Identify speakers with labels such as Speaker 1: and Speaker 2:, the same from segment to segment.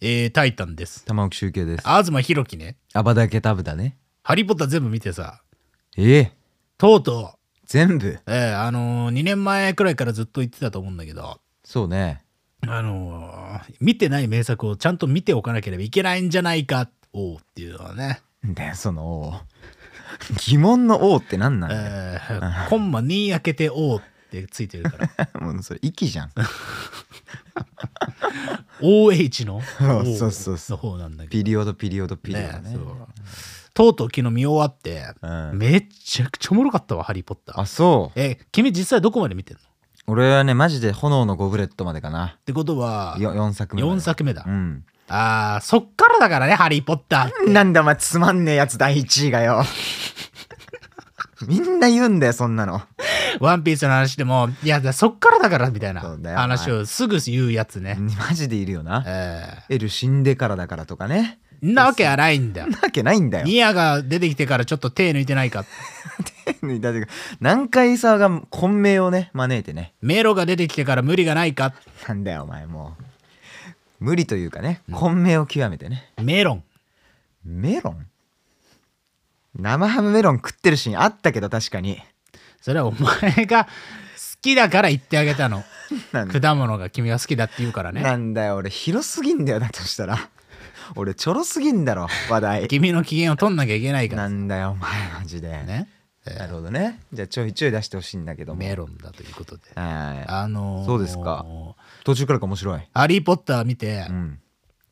Speaker 1: えー、タイタンです。
Speaker 2: 玉置集計です。
Speaker 1: 東博樹ね。
Speaker 2: アバダケタブだね。
Speaker 1: ハリーポッター全部見てさ、
Speaker 2: ええ
Speaker 1: とうと
Speaker 2: 全部。
Speaker 1: う、えー、あのー、2年前くらいからずっと言ってたと思うんだけど、
Speaker 2: そうね。
Speaker 1: あのー、見てない名作をちゃんと見ておかなければいけないんじゃないか、おうっていうのはね、
Speaker 2: で、その王。疑問の王って何なんだよ。
Speaker 1: え ー、コンマ2開けておうってついてるから、
Speaker 2: もうそれ、息じゃん。
Speaker 1: OH の
Speaker 2: そう そうそうそ
Speaker 1: の方なんだけど、
Speaker 2: ピリオド、ピリオド、ピリオド
Speaker 1: ね
Speaker 2: ね
Speaker 1: そ。うとうとう昨日見終わって、
Speaker 2: うん
Speaker 1: めっちゃくちゃおもろかったわ、ハリーポッター
Speaker 2: あ、。そう。
Speaker 1: え、君実際どこまで見てんのっ
Speaker 2: 俺はね、マジで炎のゴブレットまでかな。
Speaker 1: てことは、
Speaker 2: よ4作目まで。
Speaker 1: 4作目だ。
Speaker 2: うん。
Speaker 1: あー、そっからだからね、ハリー・ポッター。
Speaker 2: なんだお前つまんねえやつ第1位がよ みんな言うんだよそんなの
Speaker 1: ワンピースの話でも、いや、そっからだから、みたいな
Speaker 2: そうだよ
Speaker 1: 話をすぐ言うやつね。
Speaker 2: マジでいるよな
Speaker 1: え
Speaker 2: エル死んでからだからとかね
Speaker 1: ーんなわけはないんだよ。
Speaker 2: なわけないんだよ
Speaker 1: ニアが出てきてからちょっと手抜いてないか。
Speaker 2: だって 何回さが混迷をね招いてね
Speaker 1: メロが出てきてから無理がないか。
Speaker 2: なんだよお前もう無理というかね混迷を極めてね、
Speaker 1: メロン。
Speaker 2: メロン生ハムメロン食ってるシーンあったけど確かに
Speaker 1: それはお前が好きだから言ってあげたの。
Speaker 2: なんだ
Speaker 1: 果物が君は好きだって言うからね。
Speaker 2: なんだよ俺広すぎんだよだとしたら 俺ちょろすぎんだろ話 題
Speaker 1: 君の機嫌を取んなきゃいけないか
Speaker 2: な
Speaker 1: ら
Speaker 2: んだよお前マジで
Speaker 1: ね。
Speaker 2: なるほどね。じゃあちょいちょい出してほしいんだけども。
Speaker 1: メロンだということで。
Speaker 2: はい。
Speaker 1: あのー
Speaker 2: そうですか途中からか面白い。
Speaker 1: ハリー・ポッター見て、
Speaker 2: うん。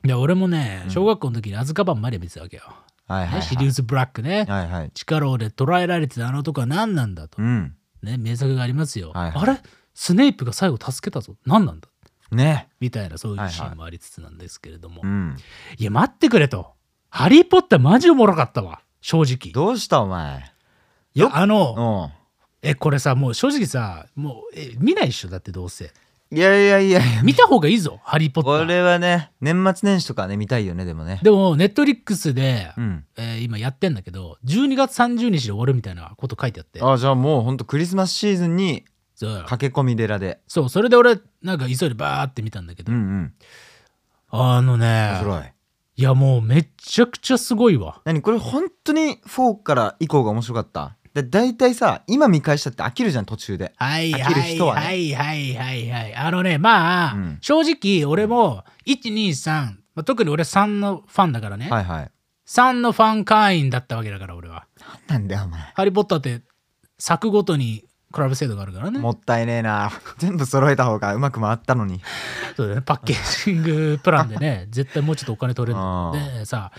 Speaker 1: いや俺もね小学校の時にアズカバンまで見てたわけよ、
Speaker 2: はいはい、
Speaker 1: ね、シ
Speaker 2: は
Speaker 1: リ
Speaker 2: い。
Speaker 1: ウス・ブラックね、
Speaker 2: はいはい。
Speaker 1: 力をで捉えられてたあの男は何なんだと
Speaker 2: う、ん。
Speaker 1: ね、名作がありますよ、
Speaker 2: はいはい
Speaker 1: あれスネイプが最後助けたぞ何なんだ
Speaker 2: ね。
Speaker 1: みたいなそういうシーンもありつつなんですけれども、
Speaker 2: う
Speaker 1: い
Speaker 2: ん。
Speaker 1: や待ってくれと「ハリー・ポッター」マジおもろかったわ正直
Speaker 2: どうしたお前。
Speaker 1: いやあ
Speaker 2: う
Speaker 1: のえこれさもう正直さもうえ見ないっしょだってどうせ
Speaker 2: ん。いやいやいやいや。
Speaker 1: 見た方がいいぞ「ハリー・ポッタ
Speaker 2: こ
Speaker 1: ー
Speaker 2: れはね、年末年始とかね、見たいよね、でもね」。
Speaker 1: でもネットリックスで、
Speaker 2: うん。
Speaker 1: えー今やってんだけど12月30日で終わるみたいなこと書いてあって
Speaker 2: あ、じゃあもうほんとクリスマスシーズンに
Speaker 1: そう
Speaker 2: 駆け込み寺で。
Speaker 1: そうそれで俺なんか急いでバーって見たんだけ
Speaker 2: う
Speaker 1: ど、
Speaker 2: んうん。
Speaker 1: あの
Speaker 2: 面
Speaker 1: ね
Speaker 2: 白い。
Speaker 1: いやもうめっちゃくちゃすごいわ
Speaker 2: 何これ本当に4から以降が面白かった。で、大体さ、今見返したって飽きるじゃん、途中で。
Speaker 1: はい
Speaker 2: 飽き
Speaker 1: は
Speaker 2: る
Speaker 1: い
Speaker 2: 人はね
Speaker 1: はいはいはいはいあのねまあ、
Speaker 2: うん
Speaker 1: 正直俺も123、まあ、特に俺3のファンだからね、
Speaker 2: はいはい。
Speaker 1: 3のファン会員だったわけだから俺は
Speaker 2: なんだよ、お前。
Speaker 1: ハリー・ポッターって作ごとに比べ制度があるからね
Speaker 2: もったいねえな。全部揃えた方がうまく回ったのに。
Speaker 1: そうだね、パッケージングプランで ね、絶対もうちょっとお金取れるの
Speaker 2: う
Speaker 1: でさ、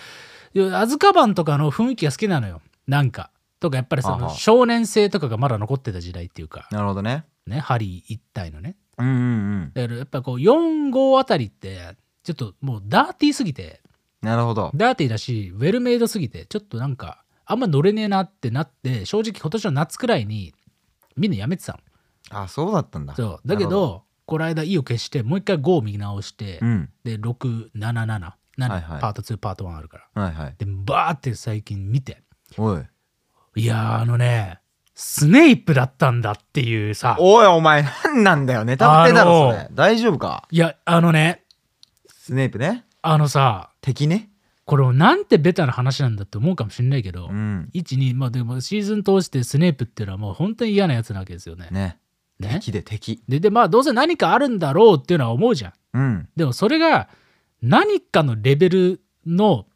Speaker 1: いやアズカバンとかの雰囲気が好きなのよ、なんか。とか、やっぱりそ
Speaker 2: はあ
Speaker 1: の
Speaker 2: はあ
Speaker 1: 少年性とかがまだ残ってた時代っていうか、
Speaker 2: なるほどね。
Speaker 1: ね、ハリー一体のね。
Speaker 2: うんうん
Speaker 1: だからやっぱこう、4号あたりって、ちょっともうダーティーすぎて、
Speaker 2: うん。なるほど。
Speaker 1: ダーティーだし、ウェルメイドすぎて、ちょっとなんか、あんま乗れねえなってなって、正直今年の夏くらいに、みんなやめてたの。
Speaker 2: あ、そうだったんだ。
Speaker 1: そう。だけ
Speaker 2: な
Speaker 1: ど、
Speaker 2: るほ
Speaker 1: この間、意を決して、もう一回5を見直して、
Speaker 2: うん。
Speaker 1: で677
Speaker 2: はいはい
Speaker 1: パート2パート1あるから
Speaker 2: はいはい。
Speaker 1: でバーって最近見て
Speaker 2: おい。
Speaker 1: いやーあのねスネイプだったんだっていうさ
Speaker 2: おい、お前、なんなんだよ。ネタバレだろ、
Speaker 1: あのー
Speaker 2: それ。大丈夫か
Speaker 1: いやあのね
Speaker 2: スネープね。
Speaker 1: あのさ
Speaker 2: 敵ね。
Speaker 1: これもなんてベタな話なんだって思うかもしれないけど、
Speaker 2: うん。
Speaker 1: 12まあでもシーズン通してスネイプっていうのはもう本当に嫌なやつなわけですよね。
Speaker 2: ね。
Speaker 1: ね
Speaker 2: 敵で敵。
Speaker 1: ででまあどうせ何かあるんだろうっていうのは思うじゃん。
Speaker 2: うん。
Speaker 1: でもそれが何かのレベルの、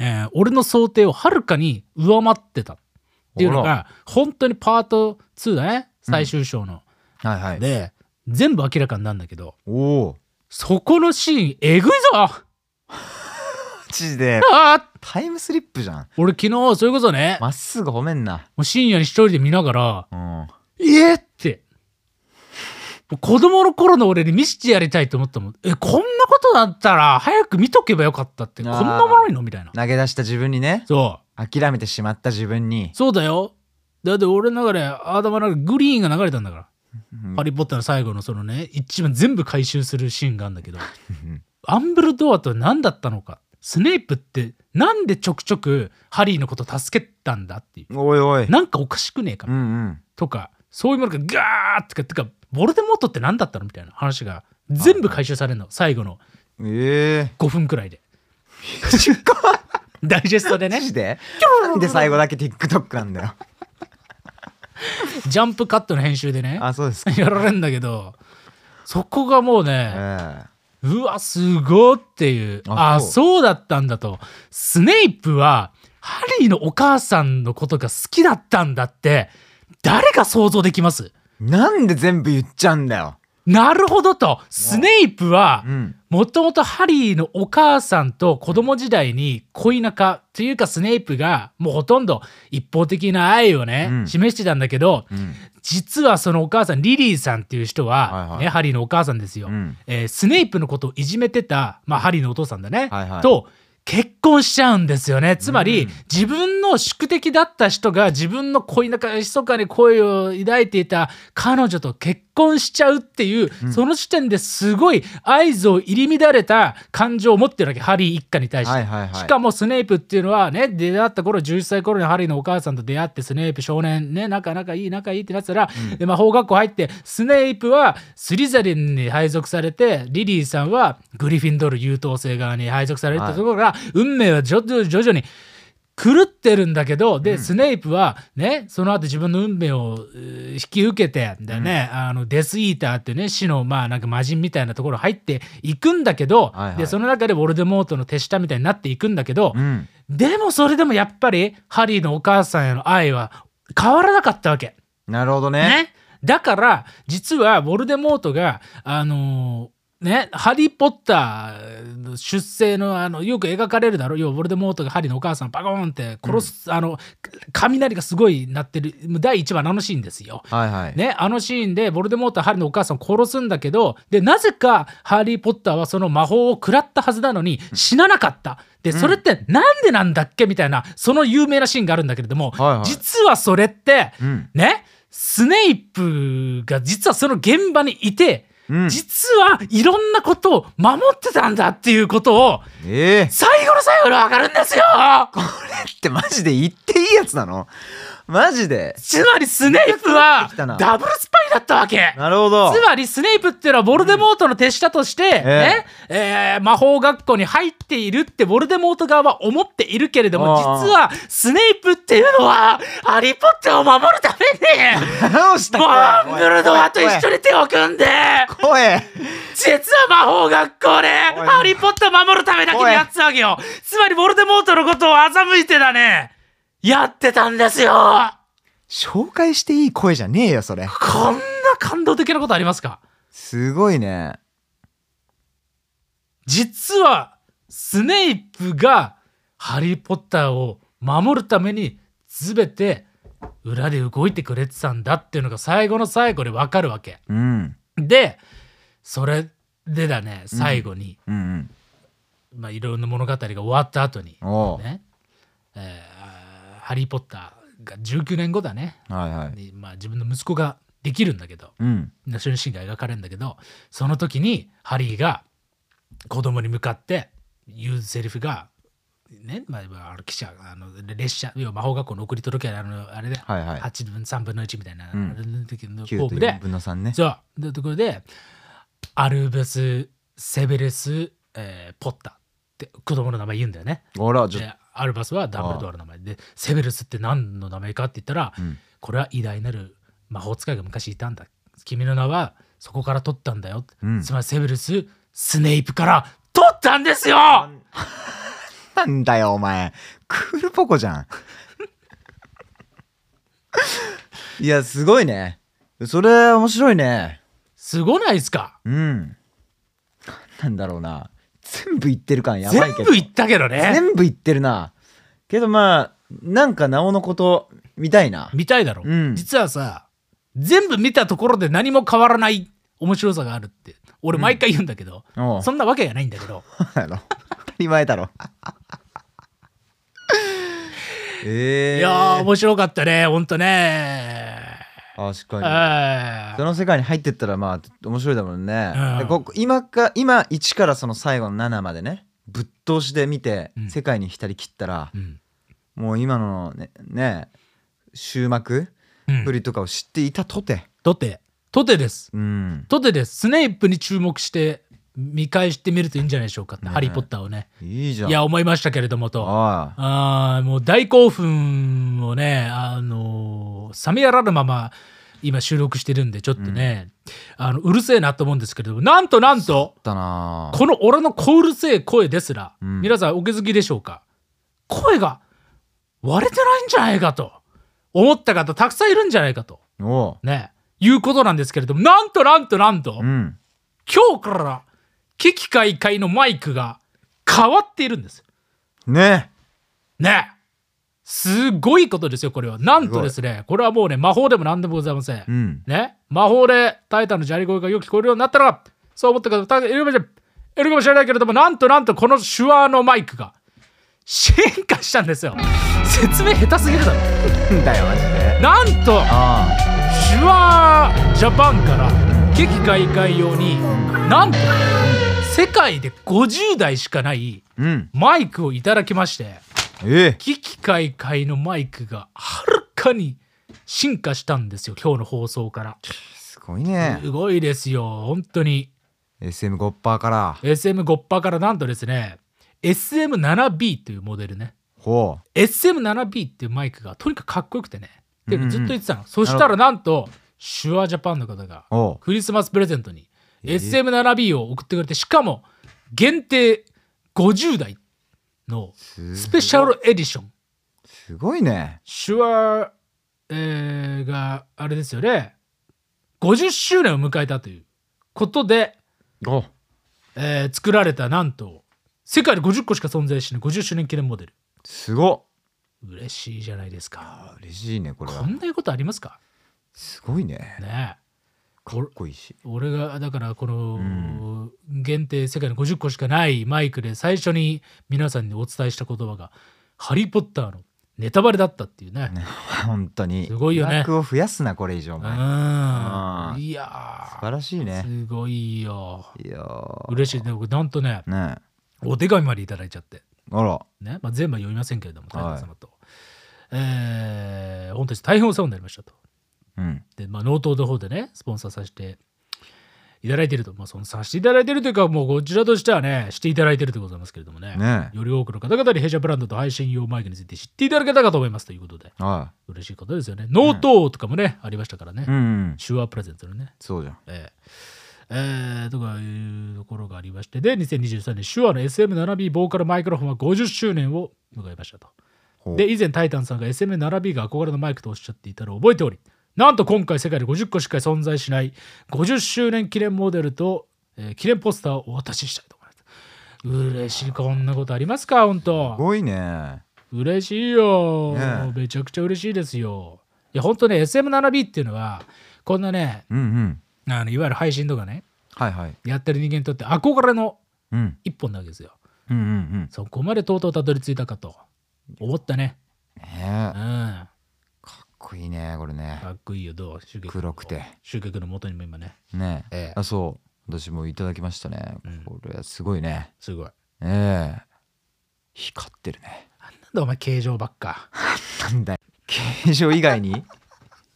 Speaker 1: えー俺の想定をはるかに上回ってたっていうの
Speaker 2: ほ
Speaker 1: が本当にパート2だね最終章の、
Speaker 2: はいはい。
Speaker 1: で全部明らかになるんだけど
Speaker 2: おお。
Speaker 1: そこのシーンえぐいぞあ
Speaker 2: マジで、
Speaker 1: あ
Speaker 2: タイムスリップじゃん。
Speaker 1: 俺昨日それこそね
Speaker 2: まっすぐ褒めんな。
Speaker 1: もう深夜に一人で見ながら
Speaker 2: うん。
Speaker 1: 「えっ!」ってもう子供の頃の俺に見せてやりたいと思ったもんえこんなことだったら早く見とけばよかったってこんなもろいのみたいな
Speaker 2: 投げ出した自分にね。
Speaker 1: そう
Speaker 2: 諦めてしまった自分に。
Speaker 1: そうだよ。だって俺の中で頭の中でグリーンが流れたんだから。
Speaker 2: うん
Speaker 1: ハリー・ポッターの最後のそのね、一番全部回収するシーンがあるんだけど、
Speaker 2: うん
Speaker 1: アンブルドアとは何だったのか。スネイプってなんでちょくちょくハリーのこと助けたんだっていう。
Speaker 2: おいおい。
Speaker 1: なんかおかしくねえか
Speaker 2: うんうん。
Speaker 1: とか、そういうものがガーってか、てか、ボルデモートって何だったのみたいな話が全部回収されるの。最後の
Speaker 2: ええ
Speaker 1: 5分くらいでダイジェストで ね
Speaker 2: マジでなんで最後だけ TikTok なんだよ
Speaker 1: ジャンプカットの編集でね
Speaker 2: あそうですか
Speaker 1: やられんだけどそこがもうね、
Speaker 2: え
Speaker 1: うわすごっていうあ
Speaker 2: あ
Speaker 1: あ
Speaker 2: そう
Speaker 1: そうだったんだとスネイプはハリーのお母さんのことが好きだったんだって誰が想像できます
Speaker 2: えなんで全部言っちゃうんだよ
Speaker 1: なるほどとスネイプは
Speaker 2: うん
Speaker 1: もともとハリーのお母さんと子供時代に恋仲っていうかスネイプがもうほとんど一方的な愛をね、
Speaker 2: うん
Speaker 1: 示してたんだけど
Speaker 2: うん
Speaker 1: 実はそのお母さんリリーさんっていう人は、
Speaker 2: はいはい
Speaker 1: ね、ハリーのお母さんですよ。
Speaker 2: うん
Speaker 1: えースネイプのことをいじめてた、まあ、ハリーのお父さんだね、
Speaker 2: はいはい
Speaker 1: と結婚しちゃうんですよねつまり、
Speaker 2: うん
Speaker 1: 自分の宿敵だった人が自分の恋仲密かに恋を抱いていた彼女と結婚しちゃうっていう、
Speaker 2: うん
Speaker 1: その時点ですごい合図を入り乱れた感情を持ってるわけハリー一家に対して。
Speaker 2: はいはいはい
Speaker 1: しかもスネイプっていうのはね出会った頃11歳頃にハリーのお母さんと出会ってスネイプ少年ね仲仲いい仲いいってなってたら、で魔法学校入ってスネイプはスリザリンに配属されてリリーさんはグリフィンドール優等生側に配属されてたところが、運命は徐々に徐々に狂ってるんだけどで、スネイプはねその後自分の運命をえー引き受けてだね、あのデスイーターってね死のまあなんか魔人みたいなところ入っていくんだけど、
Speaker 2: はいはい
Speaker 1: でその中でウォルデモートの手下みたいになっていくんだけど、
Speaker 2: うん
Speaker 1: でもそれでもやっぱりハリーのお母さんへの愛は変わらなかったわけ。
Speaker 2: なるほどね
Speaker 1: ね、だから実はウォルデモートがあのーね、ハリー・ポッターの出生のあのよく描かれるだろうよウォルデモートがハリーのお母さんバコーンって殺す、あの雷がすごい鳴ってる第1話のあのシーンですよ。
Speaker 2: はいはい
Speaker 1: ね、あのシーンでボルデモートはハリーのお母さんを殺すんだけどでなぜかハリー・ポッターはその魔法を食らったはずなのに死ななかったでそれってなんでなんだっけみたいなその有名なシーンがあるんだけれども、
Speaker 2: はいはい
Speaker 1: 実はそれって、
Speaker 2: うん
Speaker 1: ねスネイプが実はその現場にいて、
Speaker 2: うん
Speaker 1: 実はいろんなことを守ってたんだっていうことを
Speaker 2: ええ
Speaker 1: 最後の最後で分かるんですよ
Speaker 2: ってマジで言っていいやつなのマジで
Speaker 1: つまりスネイプは
Speaker 2: 出てきたな
Speaker 1: ダブルスパイだったわけ
Speaker 2: なるほど
Speaker 1: つまりスネイプっていうのはボルデモートの手下として、ねえー魔法学校に入っているってボルデモート側は思っているけれども
Speaker 2: あー
Speaker 1: 実はスネイプっていうのはハリー・ポッターを守るために
Speaker 2: どした
Speaker 1: バーンブルドアと一緒
Speaker 2: に
Speaker 1: に手を組んで
Speaker 2: 声
Speaker 1: 実は魔法学校で
Speaker 2: おい
Speaker 1: ハリー・ポッターを守るためだけにやってたわけよつまりボルデモートのことを欺いてだねやってたんですよ
Speaker 2: 紹介していい声じゃねえよそれ
Speaker 1: こんな感動的なことありますか
Speaker 2: すごいね
Speaker 1: 実はスネイプがハリー・ポッターを守るために全て裏で動いてくれてたんだっていうのが最後の最後で分かるわけ。
Speaker 2: うん
Speaker 1: でそれでだね最後に、
Speaker 2: うん
Speaker 1: まあ、いろんな物語が終わった後に
Speaker 2: うん、おう
Speaker 1: ねえーハリー・ポッターが19年後だね、
Speaker 2: はいはい
Speaker 1: にまあ、自分の息子ができるんだけど
Speaker 2: うん
Speaker 1: ナショナルシーンが描かれるんだけどその時にハリーが子供に向かって言うセリフがね、まあまあ、あの記者あの列車要は魔法学校の送り届けあのあれで、
Speaker 2: はいはい
Speaker 1: 8分3分の1みたいな、
Speaker 2: うん
Speaker 1: あれの時のフ
Speaker 2: 9
Speaker 1: ォー
Speaker 2: と
Speaker 1: ムで
Speaker 2: 4分の3ね
Speaker 1: そうでところでアルベス・セベレス、えーポッターって子供の名前言うんだよね。
Speaker 2: ほらちょっ
Speaker 1: でアルバスはダブルドアの名前でセベルスって何の名前かって言ったら、
Speaker 2: ん
Speaker 1: これは偉大なる魔法使いが昔いたんだ君の名はそこから取ったんだよ、
Speaker 2: うん
Speaker 1: つまりセベルススネイプから取ったんですよ
Speaker 2: となんだよお前クールポコ じゃんいやすごいねそれ面白いね
Speaker 1: すごないですか
Speaker 2: うんなんだろうな全部言ってる感やばい
Speaker 1: 全
Speaker 2: けど
Speaker 1: 部言ったけどね
Speaker 2: 全部言ってるなけどまあなんかなおのこと見たいな
Speaker 1: 見たいだろ、
Speaker 2: うん
Speaker 1: 実はさ全部見たところで何も変わらない面白さがあるって俺毎回言うんだけど、
Speaker 2: おう
Speaker 1: そんなわけがないんだけど
Speaker 2: だろ当たり前 だろええ
Speaker 1: いやー面白かったねほんとね
Speaker 2: 確かに
Speaker 1: あ
Speaker 2: その世界に入ってったらまあ面白いだもんね、
Speaker 1: うん
Speaker 2: でここ今か今1からその最後の7までねぶっ通しで見て
Speaker 1: うん
Speaker 2: 世界に浸りきったら
Speaker 1: ー、うん
Speaker 2: もう今のねね終幕
Speaker 1: うん
Speaker 2: ぶりとかを知っていたとて
Speaker 1: とてとてです
Speaker 2: うん
Speaker 1: とてですスネイプに注目して見返してみるといいんじゃないでしょうかって、
Speaker 2: ね
Speaker 1: ハリー・ポッターをね。
Speaker 2: いいじゃん
Speaker 1: いや、思いましたけれどもと。
Speaker 2: ああ
Speaker 1: あーもう大興奮をね、あのー冷めやらぬまま今収録してるんで、ちょっとね、あのうるせえなと思うんですけれども、なんとなんと、
Speaker 2: だなあ
Speaker 1: この俺の小うるせえ声ですら、
Speaker 2: ん
Speaker 1: 皆さんお気づきでしょうか声が割れてないんじゃないかと思った方たくさんいるんじゃないかと
Speaker 2: おう
Speaker 1: ねいうことなんですけれどもなんとなんとなんと、
Speaker 2: うん
Speaker 1: 今日から危機開会のマイクが変わっているんです
Speaker 2: ね
Speaker 1: ねすごいことですよこれはなんとですねこれはもうね魔法でも何でもございません、
Speaker 2: うん
Speaker 1: ね魔法でタイタンの砂利声がよく聞こえるようになったらそう思った方いるかもしれないいるかもしれないけれどもなんとなんとこの手話のマイクが進化したんですよ説明下手すぎるだろ
Speaker 2: だよマジで
Speaker 1: なんと
Speaker 2: あ
Speaker 1: 手話ジャパンから危機開会用になんと世界で50台しかない
Speaker 2: あうん
Speaker 1: マイクをいただきまして
Speaker 2: ええ
Speaker 1: 危機開会のマイクがはるかに進化したんですよ今日の放送から
Speaker 2: すごいね
Speaker 1: すごいですよ本当に
Speaker 2: SM5 パーから
Speaker 1: SM5 からなんとですね SM7B というモデルね
Speaker 2: ほ
Speaker 1: SM7B っていうマイクがとにかくかっこよくてねっていう
Speaker 2: う
Speaker 1: か
Speaker 2: んうん
Speaker 1: ずっと言ってたの、そしたらなんと手話ジャパンの方が
Speaker 2: うお
Speaker 1: クリスマスプレゼントに SM7B を送ってくれてしかも限定50台の
Speaker 2: う
Speaker 1: スペシャルエディション
Speaker 2: すごいね
Speaker 1: 手話、えーがあれですよね50周年を迎えたということで
Speaker 2: お
Speaker 1: えー作られたなんと世界で50個しか存在しない50周年記念モデル
Speaker 2: すご
Speaker 1: 嬉しいじゃないですか
Speaker 2: っ嬉しいねこれ
Speaker 1: こ
Speaker 2: は
Speaker 1: んなことありますか
Speaker 2: すごいね
Speaker 1: ねえ
Speaker 2: かっこいいし
Speaker 1: 俺がだからこ
Speaker 2: う
Speaker 1: の
Speaker 2: ん
Speaker 1: 限定世界の50個しかないマイクで最初に皆さんにお伝えした言葉が「ハリー・ポッター」のネタバレだったっていうね
Speaker 2: 本当に
Speaker 1: すごいよね
Speaker 2: ランクを増やすなこれ以上お
Speaker 1: う
Speaker 2: 前
Speaker 1: ん
Speaker 2: うん
Speaker 1: いや
Speaker 2: 素
Speaker 1: ー
Speaker 2: 晴らしいね
Speaker 1: すごいよ
Speaker 2: いやー
Speaker 1: 嬉しいね僕なんとね
Speaker 2: ねえ
Speaker 1: お手紙までいただいちゃって
Speaker 2: あら
Speaker 1: ね、まあ、全部は読みませんけれども、
Speaker 2: は
Speaker 1: 太
Speaker 2: い
Speaker 1: 蔵様と、えー本当に大変お世話になりましたと。
Speaker 2: うん
Speaker 1: で、まあ、ノートの方でね、スポンサーさせていただいていると、まあ、そのさせていただいているというか、もうこちらとしてはね、していただいているでございますけれどもね、
Speaker 2: ね
Speaker 1: より多くの方々に弊社ブランドと配信用マイクについて知っていただけたかと思いますということで、
Speaker 2: えは
Speaker 1: 嬉しいことですよね。ノートとかもね、ありましたからね、
Speaker 2: いうんうん
Speaker 1: 手話プレゼントのね。
Speaker 2: そうじゃん
Speaker 1: ええええとかいうところがありましてで2023年手話の SM7B ボーカルマイクロフォンは50周年を迎えましたと
Speaker 2: ほう
Speaker 1: で以前タイタンさんが SM7B が憧れのマイクとおっしゃっていたのを覚えておりなんと今回世界で50個しか存在しない50周年記念モデルと、えー記念ポスターをお渡ししたいと思います嬉しいこんなことありますか本当
Speaker 2: すごいね
Speaker 1: 嬉しいよ、
Speaker 2: ねえ
Speaker 1: めちゃくちゃ嬉しいですよいや本当ね SM7B っていうのはこんなね
Speaker 2: うんうん
Speaker 1: あのいわゆる配信とかね
Speaker 2: はいはい
Speaker 1: やってる人間にとって憧れの
Speaker 2: うん
Speaker 1: 一本なわけですよ。
Speaker 2: うんうんうん
Speaker 1: そこまでとうとうたどり着いたかと思ったね。
Speaker 2: ね
Speaker 1: うん。
Speaker 2: え
Speaker 1: か
Speaker 2: かっこいいねこれね
Speaker 1: っこいいよ、どう集客
Speaker 2: 黒くて
Speaker 1: 集客の元にも今ね。
Speaker 2: ねえ
Speaker 1: ええ
Speaker 2: あそう私もいただきましたね
Speaker 1: うん
Speaker 2: これはすごいね
Speaker 1: すごい。
Speaker 2: ええ光ってるね
Speaker 1: なんだお前、形状ばっか。
Speaker 2: なんだよ形状以外 に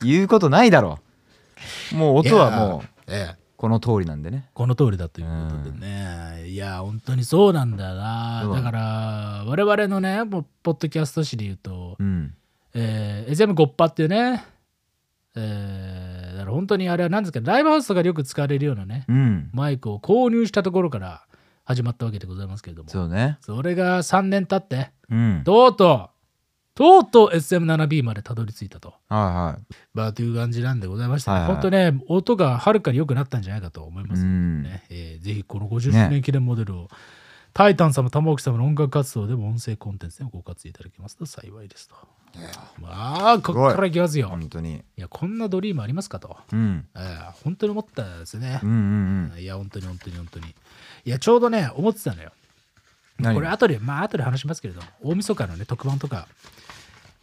Speaker 2: 言うことないだろうもう音はもう
Speaker 1: いや、ええ
Speaker 2: この通りなんでね
Speaker 1: この通りだということでね。いや、本当にそうなんだよな。
Speaker 2: そう
Speaker 1: だから、我々のね、もうポッドキャスト誌で言うと、
Speaker 2: うん
Speaker 1: えー、SM ゴッパっていうね、えー、だから本当にあれは何ですか、ライブハウスとかでよく使われるようなね、
Speaker 2: うん
Speaker 1: マイクを購入したところから始まったわけでございますけれどもそ
Speaker 2: そうね
Speaker 1: れが3年経って
Speaker 2: うん
Speaker 1: とうとうとうとう SM7B までたどり着いたと。
Speaker 2: は
Speaker 1: まあ、という感じなんでございましたね。
Speaker 2: はいはい
Speaker 1: 本当ね、音がはるかに良くなったんじゃないかと思い
Speaker 2: いは
Speaker 1: ま
Speaker 2: い
Speaker 1: す、
Speaker 2: う
Speaker 1: ね
Speaker 2: ん
Speaker 1: えーぜひこの50周年記念モデルを、タイタン様、玉置様の音楽活動でも音声コンテンツでもご活用いただけますと幸いですと。まあ、こっからいきますよ。
Speaker 2: 本当に
Speaker 1: いや、こんなドリームありますかと。
Speaker 2: うん
Speaker 1: えー本当に思ったんですね
Speaker 2: うんう。ん
Speaker 1: いや、本当に本当に本当に。いや、ちょうどね、思ってたのよ。
Speaker 2: うん
Speaker 1: これ後で、まあ後で話しますけれども、大晦日のね、特番とか、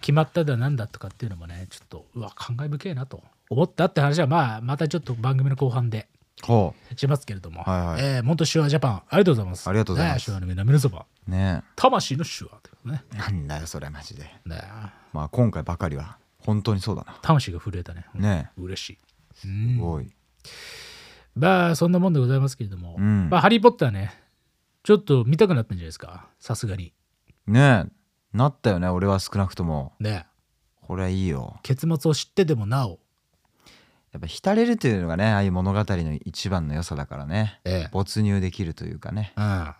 Speaker 1: 決まっただなんだとかっていうのもね、ちょっと、うわ、感慨深いなと思ったって話は、まあ、またちょっと番組の後半で
Speaker 2: ほ
Speaker 1: しますけれども、
Speaker 2: はいはい
Speaker 1: えー、元手話ジャパン、ありがとうございます。
Speaker 2: ありがとうございま
Speaker 1: ね
Speaker 2: す
Speaker 1: 手話の皆皆様、
Speaker 2: うね
Speaker 1: 魂の手話というね。
Speaker 2: えなんだよそれマジで
Speaker 1: ね
Speaker 2: まあ今回ばかりは本当にそうだな
Speaker 1: 魂が震えたね。
Speaker 2: ね
Speaker 1: 嬉しい。
Speaker 2: すごい
Speaker 1: まあそんなもんでございますけれども、
Speaker 2: うん
Speaker 1: まあ、ハリー・ポッターねちょっと見たくなったんじゃないですかさすがに
Speaker 2: ねえなったよね俺は少なくとも
Speaker 1: ね
Speaker 2: これはいいよ
Speaker 1: 結末を知っててもなお
Speaker 2: やっぱ浸れるというのがねああいう物語の一番の良さだからね
Speaker 1: ええ
Speaker 2: 没入できるというかね
Speaker 1: うん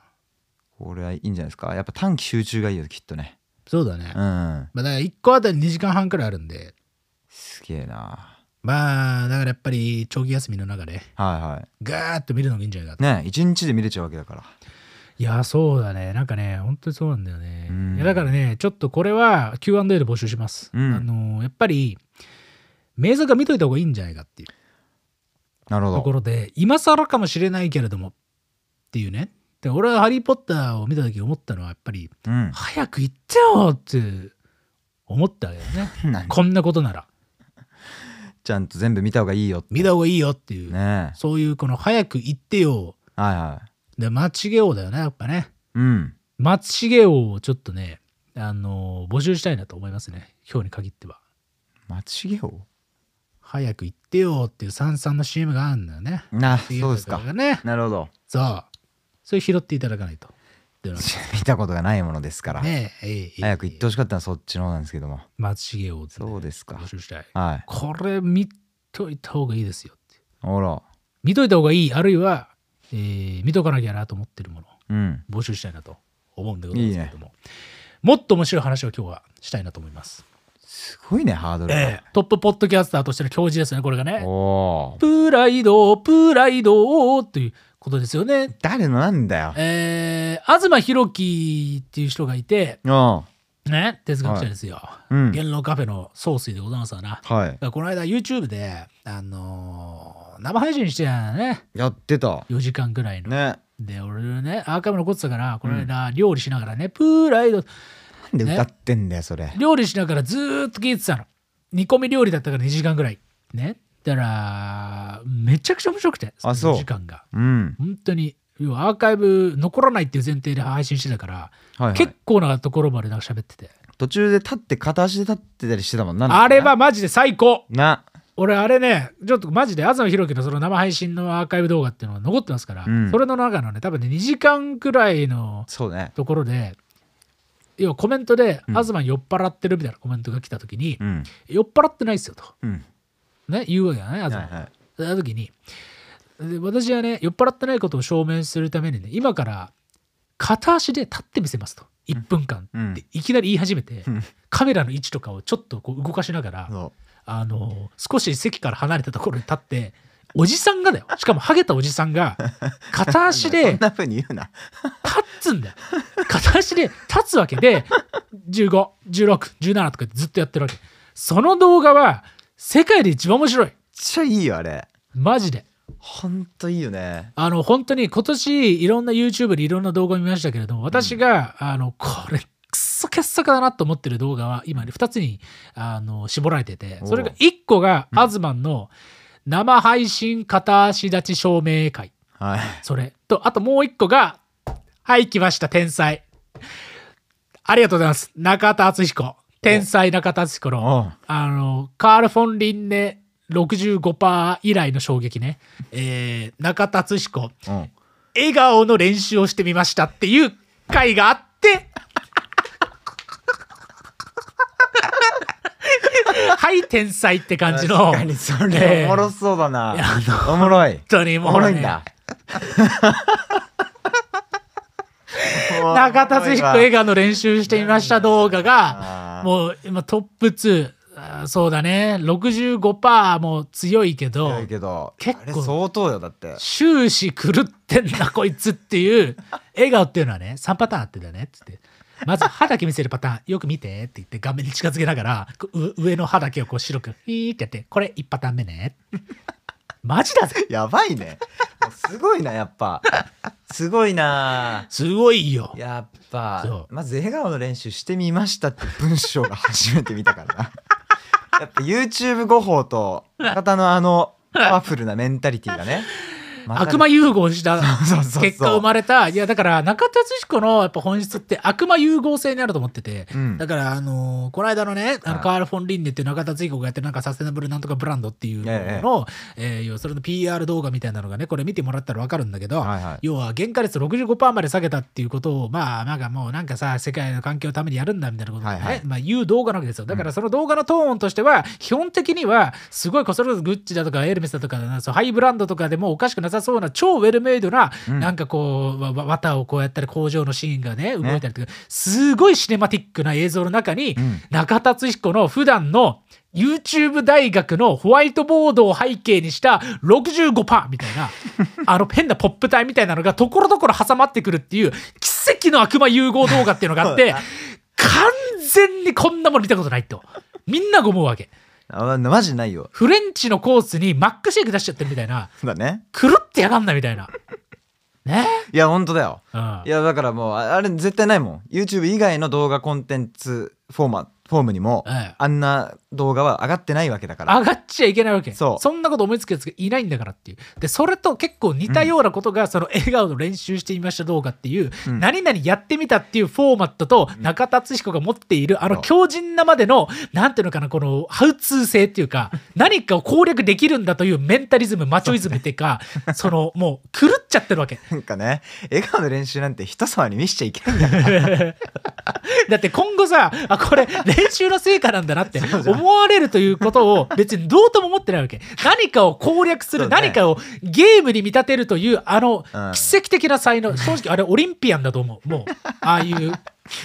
Speaker 2: これはいいんじゃないですかやっぱ短期集中がいいよきっとね
Speaker 1: そうだね、
Speaker 2: うんうん
Speaker 1: まあだから1個あたり2時間半くらいあるんです
Speaker 2: げえな
Speaker 1: まあだからやっぱり長期休みの中で
Speaker 2: はいは
Speaker 1: ガーッと見るのがいいんじゃないか
Speaker 2: い
Speaker 1: と、
Speaker 2: ねえ一日で見れちゃうわけだから
Speaker 1: いやそうだねなんかね本当にそうなんだよね、
Speaker 2: うん
Speaker 1: いやだからねちょっとこれは Q&A で募集します、
Speaker 2: うん
Speaker 1: あのやっぱり名作は見といた方がいいんじゃないかっていう
Speaker 2: なるほ
Speaker 1: とこ
Speaker 2: ど
Speaker 1: ろで今更かもしれないけれどもっていうねで俺は「ハリー・ポッター」を見た時思ったのはやっぱり
Speaker 2: うん
Speaker 1: 早く行ってよって思ったわけだよね
Speaker 2: 何
Speaker 1: こんなことなら
Speaker 2: ちゃんと全部見た方がいいよ
Speaker 1: 見た方がいいよっていう、
Speaker 2: ねえ
Speaker 1: そういうこの「早く行ってよ
Speaker 2: はいはい」
Speaker 1: で「間違おう」だよねやっぱね
Speaker 2: うん
Speaker 1: 「間違おう」をちょっとねあの募集したいなと思いますね今日に限っては
Speaker 2: 松重王
Speaker 1: 「早く行ってよ」っていう三々の CM があるんだよね
Speaker 2: なそうですか
Speaker 1: っていのがね
Speaker 2: なるほど
Speaker 1: そうそれ拾っていただかないとっていうの
Speaker 2: 見たことがないものですから
Speaker 1: がねえええええ
Speaker 2: 早く行ってほしかったのはそっちの方なんですけども
Speaker 1: 松重をですね
Speaker 2: そうですか
Speaker 1: 募集したい。
Speaker 2: はい
Speaker 1: これ見といた方がいいですよって。
Speaker 2: ほら
Speaker 1: 見といた方がいい、あるいは、えー見とかなきゃなと思ってるもの
Speaker 2: うん
Speaker 1: 募集したいなと思うんでございますけれども、もっと面白い話を今日はしたいなと思います。
Speaker 2: すごいねハードルが、
Speaker 1: トップポッドキャスターとしての教示ですね、これがね。
Speaker 2: おー
Speaker 1: プライド、プライドということですよね。
Speaker 2: 誰のなんだよ
Speaker 1: えー、東博樹っていう人がいて、
Speaker 2: あ
Speaker 1: ね、哲学者ですよ。
Speaker 2: あうん
Speaker 1: 元老カフェの総帥でございますわな。
Speaker 2: はい
Speaker 1: だからこの間 YouTube で、あのー生配信してたのね
Speaker 2: やってた
Speaker 1: 4時間ぐらいの、
Speaker 2: ね
Speaker 1: で俺ねアーカイブ残ってたからこの間料理しながらね、プライド
Speaker 2: なんで歌ってんだよそれ
Speaker 1: 料理しながらずーっと聞いてたの煮込み料理だったから2時間ぐらいねだからめちゃくちゃ面白くて
Speaker 2: あそう
Speaker 1: の時間が
Speaker 2: うん
Speaker 1: 本当に要はアーカイブ残らないっていう前提で配信してたから、
Speaker 2: はい、はい
Speaker 1: 結、構なところまでなんか喋ってて
Speaker 2: 途中で立って片足で立ってたりしてたもんな
Speaker 1: あれはマジで最高
Speaker 2: な
Speaker 1: 俺あれねちょっとマジで東博樹のその生配信のアーカイブ動画っていうのが残ってますから、
Speaker 2: うん
Speaker 1: それの中のね多分ね2時間くらいの
Speaker 2: そうね
Speaker 1: ところで要はコメントで「
Speaker 2: うん
Speaker 1: 東酔っ払ってる」みたいなコメントが来た時に
Speaker 2: うん
Speaker 1: 「酔っ払ってないですよ」と、
Speaker 2: うん
Speaker 1: ね、言うわけだね
Speaker 2: はい
Speaker 1: 東、
Speaker 2: はい
Speaker 1: その時にで私はね酔っ払ってないことを証明するためにね今から片足で立ってみせますと1分間
Speaker 2: うん
Speaker 1: っていきなり言い始めて、
Speaker 2: うん
Speaker 1: カメラの位置とかをちょっとこう動かしながら、
Speaker 2: そ
Speaker 1: あの少し席から離れたところに立っておじさん がだよしかもハゲたおじさんが片足
Speaker 2: うそ
Speaker 1: で
Speaker 2: んなふうに言うな
Speaker 1: 立つんだよ片足で立つわけで151617とかずっとやってるわけその動画は世界で一番面白い
Speaker 2: めっちゃいいよあれ
Speaker 1: マジで
Speaker 2: ほんといいよね
Speaker 1: あの本当に今年いろんな YouTube でいろんな動画見ましたけれども私が、あのこれくっそ傑作だなと思ってる動画は今ね2つにあの絞られてて
Speaker 2: おう
Speaker 1: それが1個がアズマンの生配信片足立ち証明会
Speaker 2: はい
Speaker 1: それとあともう1個が「はい来ました天才」ありがとうございます中田敦彦天才中田敦彦の
Speaker 2: おう
Speaker 1: あの、カール・フォン・リンネ65%以来の衝撃ね。えー、中田敦彦、
Speaker 2: うん
Speaker 1: 笑顔の練習をしてみましたっていう回があ って、はい、天才って感じの。
Speaker 2: 確かにそれおもろそうだな、おもろい
Speaker 1: 本当にも
Speaker 2: お
Speaker 1: う、ね、
Speaker 2: もろいんだ
Speaker 1: 中田敦彦笑顔の練習してみました動画
Speaker 2: あ
Speaker 1: が
Speaker 2: ー
Speaker 1: もう今トップ2あーそうだね65%も強いけど
Speaker 2: だけど
Speaker 1: 結構
Speaker 2: あれ相当よだって
Speaker 1: 終始狂ってんなこいつっていう笑顔っていうのはね3パターンあってんだよねっつってまず歯だけ見せるパターンよく見てって言って画面に近づけながらこう上の歯だけをこう白くヒーってやってこれ1パターン目ねマジだぜ
Speaker 2: やばいねもうすごいなやっぱすごいな
Speaker 1: すごいよ
Speaker 2: やっ
Speaker 1: そ
Speaker 2: ぱ
Speaker 1: う
Speaker 2: まず笑顔の練習してみましたって文章が初めて見たからな やっぱ YouTube 語法と中田のあのパワフルなメンタリティーがねまた
Speaker 1: 悪魔融合した
Speaker 2: そうそうそう
Speaker 1: 結果生まれたいやだから中田敦彦のやっぱ本質って悪魔融合性にあると思ってて、
Speaker 2: うん
Speaker 1: だからあのーこの間のねあの
Speaker 2: はい
Speaker 1: カール・フォン・リンネっていう中田敦彦がやってるなんかサステナブルなんとかブランドっていうのの、
Speaker 2: ええ
Speaker 1: えー要はそれの PR 動画みたいなのがねこれ見てもらったら分かるんだけど、
Speaker 2: はいはい
Speaker 1: 要は原価率65%まで下げたっていうことをまあなんかもうなんかさ世界の環境のためにやるんだみたいなことをね、
Speaker 2: はいはい
Speaker 1: まあ、言う動画なわけですよだからその動画のトーンとしては基本的にはすごいこそれこそグッチだとかエルメスだとかそうハイブランドとかでもおかしくなさそうな超ウェルメイドな、
Speaker 2: うん
Speaker 1: なんかこうわわ綿をこうやったり工場のシーンがね動いたりとか、すごいシネマティックな映像の中に、
Speaker 2: うん
Speaker 1: 中田敦彦の普段の YouTube 大学のホワイトボードを背景にした65%みたいな あの変なポップ体みたいなのがところどころ挟まってくるっていう奇跡の悪魔融合動画っていうのがあって 完全にこんなもの見たことないとみんなが思うわけ
Speaker 2: あマジないよ
Speaker 1: フレンチのコースにマックシェイク出しちゃってるみたいな
Speaker 2: そうだね
Speaker 1: 狂ってやがんなみたいなね
Speaker 2: いや本当だよ
Speaker 1: うん
Speaker 2: いやだからもうああれ絶対ないもん YouTube 以外の動画コンテンツフォーマフォームにも、
Speaker 1: ええ
Speaker 2: あんな動画は上がってないわけだから
Speaker 1: 上がっちゃいけないわけ
Speaker 2: そう
Speaker 1: そんなこと思いつくやつがいないんだからっていうでそれと結構似たようなことが、その笑顔の練習してみました動画っていう、
Speaker 2: うん
Speaker 1: 何々やってみたっていうフォーマットと中田敦彦が持っているあの
Speaker 2: そう
Speaker 1: 強靭なまでのなんていうのかなこのハウツー性っていう か何かを攻略できるんだというメンタリズムマチョイズムっていうかそのもう狂っちゃってるわけ
Speaker 2: なんかね笑顔の練習なんて人様に見せちゃいけないんだ から
Speaker 1: だって今後さあこ れ練習の成果なんだなって
Speaker 2: そうじゃん
Speaker 1: 思われるということを別にどうとも思ってないわけ何かを攻略する、
Speaker 2: そうね
Speaker 1: 何かをゲームに見立てるというあの
Speaker 2: うん
Speaker 1: 奇跡的な才能、正直あれオリンピアンだと思うもうああいう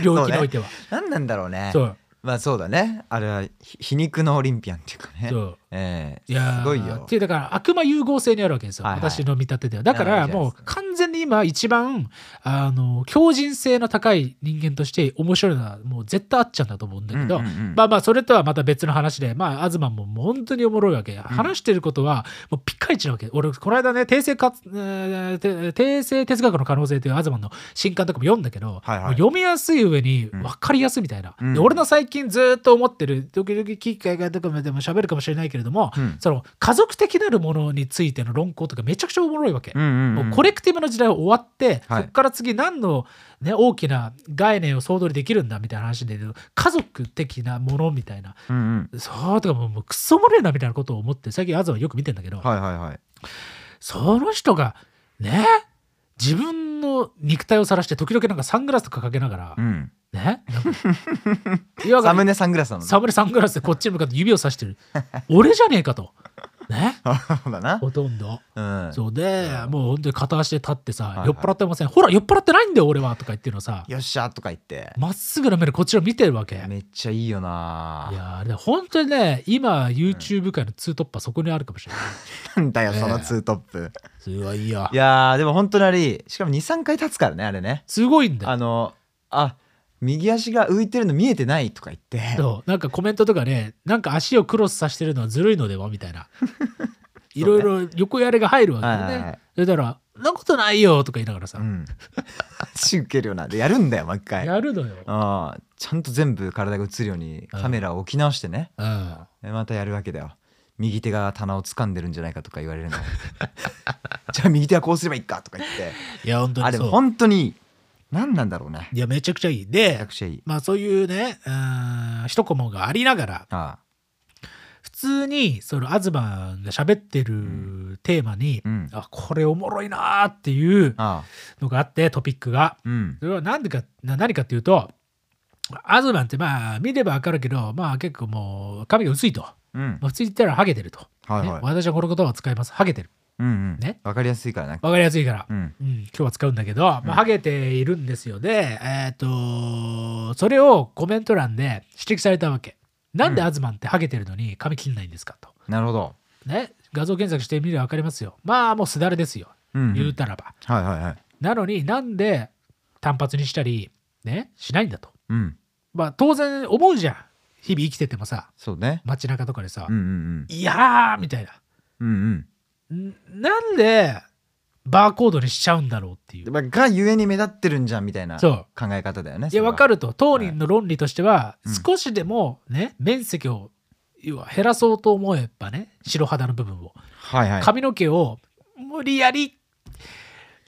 Speaker 1: 領域においては
Speaker 2: 何なんだろうね
Speaker 1: そう,、
Speaker 2: まあそうだねあれはひ皮肉のオリンピアンっていうかね
Speaker 1: そう
Speaker 2: ええ
Speaker 1: いやー
Speaker 2: すごいよ
Speaker 1: っていうだから悪魔融合性にあるわけですよ、
Speaker 2: はいはい
Speaker 1: 私の見立てではだか
Speaker 2: なる
Speaker 1: ら
Speaker 2: ほど
Speaker 1: もう完全に今一番あの強靭性の高い人間として面白いのはもう絶対あっちゃんだと思うんだけど、
Speaker 2: うんうんうん
Speaker 1: まあまあそれとはまた別の話でまあ東ももう本当におもろいわけ話してることはもうピカイチなわけ俺この間ね訂正か、えーて訂正哲学の可能性という東の新刊とかも読んだけど、
Speaker 2: はいはい
Speaker 1: もう読みやすい上に
Speaker 2: うん
Speaker 1: 分かりやすいみたいな、
Speaker 2: うん
Speaker 1: で俺の最近ずーっと思ってる時々機会がとかでも喋るかもしれないけれども、
Speaker 2: うん
Speaker 1: その家族的なるものについての論考とかめちゃくちゃおもろいわけ。
Speaker 2: うんうんうん
Speaker 1: もうコレクティブの時代は終わって、
Speaker 2: はい
Speaker 1: そこから次何の、ね、大きな概念を総取りできるんだみたいな話で言うと家族的なものみたいな
Speaker 2: うんうん
Speaker 1: そうとかもうもうクソもねえなみたいなことを思って最近東よく見てんだけど、
Speaker 2: はいはいはい
Speaker 1: その人がね自分の肉体を晒して時々なんかサングラスとかかけながら、
Speaker 2: うん
Speaker 1: ねなんかいや
Speaker 2: サムネサングラスなの
Speaker 1: サムネサングラスでこっちに向かって指をさして る俺じゃねえかとね
Speaker 2: そうだな
Speaker 1: ほとんど。
Speaker 2: うん
Speaker 1: そうで、もう本当に片足で立ってさ、
Speaker 2: いはい
Speaker 1: 酔っ払ってませんほら酔っ払ってないんだよ俺はとか言ってるのさ
Speaker 2: よっしゃとか言って
Speaker 1: まっすぐな目でこっちを見てるわけいや
Speaker 2: めっちゃいいよな
Speaker 1: ーで本当にね今 YouTube 界のツートップはそこにあるかもしれない、
Speaker 2: なんだよ
Speaker 1: ねえ
Speaker 2: そのツートップ
Speaker 1: すごいよ
Speaker 2: いやーでも本当にあれしかも23回経つからねあれね
Speaker 1: すごいんだよ
Speaker 2: あのあ右足が浮いてるの見えてないとか言って
Speaker 1: そうなんかコメントとかねなんか足をクロスさせてるのはずるいのではみたい ないろいろ横やれが入るわけ
Speaker 2: はい
Speaker 1: よ
Speaker 2: はいは
Speaker 1: ね
Speaker 2: い
Speaker 1: それだから「そんなことないよ」とか言いながらさ、
Speaker 2: うん足受けるようなでやるんだよもう一回
Speaker 1: やるのよ、
Speaker 2: ああちゃんと全部体が映るようにカメラを置き直してね、
Speaker 1: うん、
Speaker 2: でまたやるわけだよ右手が棚を掴んでるんじゃないかとか言われ るのじゃあ右手はこうすればいいかとか言って
Speaker 1: いや本当
Speaker 2: あ
Speaker 1: に
Speaker 2: れ
Speaker 1: そう
Speaker 2: 本当に何なんだろうね
Speaker 1: いやめちゃくちゃいい
Speaker 2: めち
Speaker 1: で
Speaker 2: ゃくちゃいい
Speaker 1: まあそういうねうーん一コマがありながら
Speaker 2: ああ
Speaker 1: 普通にその東が喋ってるテーマに、
Speaker 2: うん
Speaker 1: あこれおもろいなーっていう
Speaker 2: ああ
Speaker 1: のがあってトピックが
Speaker 2: うん
Speaker 1: それは何でかな何かっていうと東ってまあ見れば分かるけどまあ結構もう髪が薄いと、
Speaker 2: うん
Speaker 1: まあ、普通に言ったらハゲてると、
Speaker 2: はいは
Speaker 1: ね
Speaker 2: い
Speaker 1: 私はこの言葉を使いますハゲてる
Speaker 2: うんうん
Speaker 1: ね
Speaker 2: わかりやすいからね
Speaker 1: 分かりやすいから、
Speaker 2: うん
Speaker 1: うん、今日は使うんだけど、まあ、ハゲているんですよで、えっ、とそれをコメント欄で指摘されたわけなんで東ってハゲてるのに髪切んないんですかと、
Speaker 2: なるほど
Speaker 1: ね画像検索してみれば分かりますよまあもうすだれですよ
Speaker 2: うんうん
Speaker 1: 言うたらば、
Speaker 2: はいはいはい
Speaker 1: なのになんで単発にしたりねしないんだと
Speaker 2: うん
Speaker 1: まあ当然思うじゃん日々生きててもさ
Speaker 2: そうね
Speaker 1: 街中とかでさ「
Speaker 2: うんうん
Speaker 1: いやー」みたいな
Speaker 2: うんうん
Speaker 1: んなんでバーコードにしちゃうんだろうっていう
Speaker 2: うんまあがゆえに目立ってるんじゃんみたいな
Speaker 1: そ
Speaker 2: 考
Speaker 1: う
Speaker 2: え方だよね
Speaker 1: いやわか
Speaker 2: る
Speaker 1: ると当人の論理としては、
Speaker 2: うん
Speaker 1: 少しでもね面積を要は減らそうと思えばね白肌の部分を
Speaker 2: はいはい
Speaker 1: 髪の毛を無理やり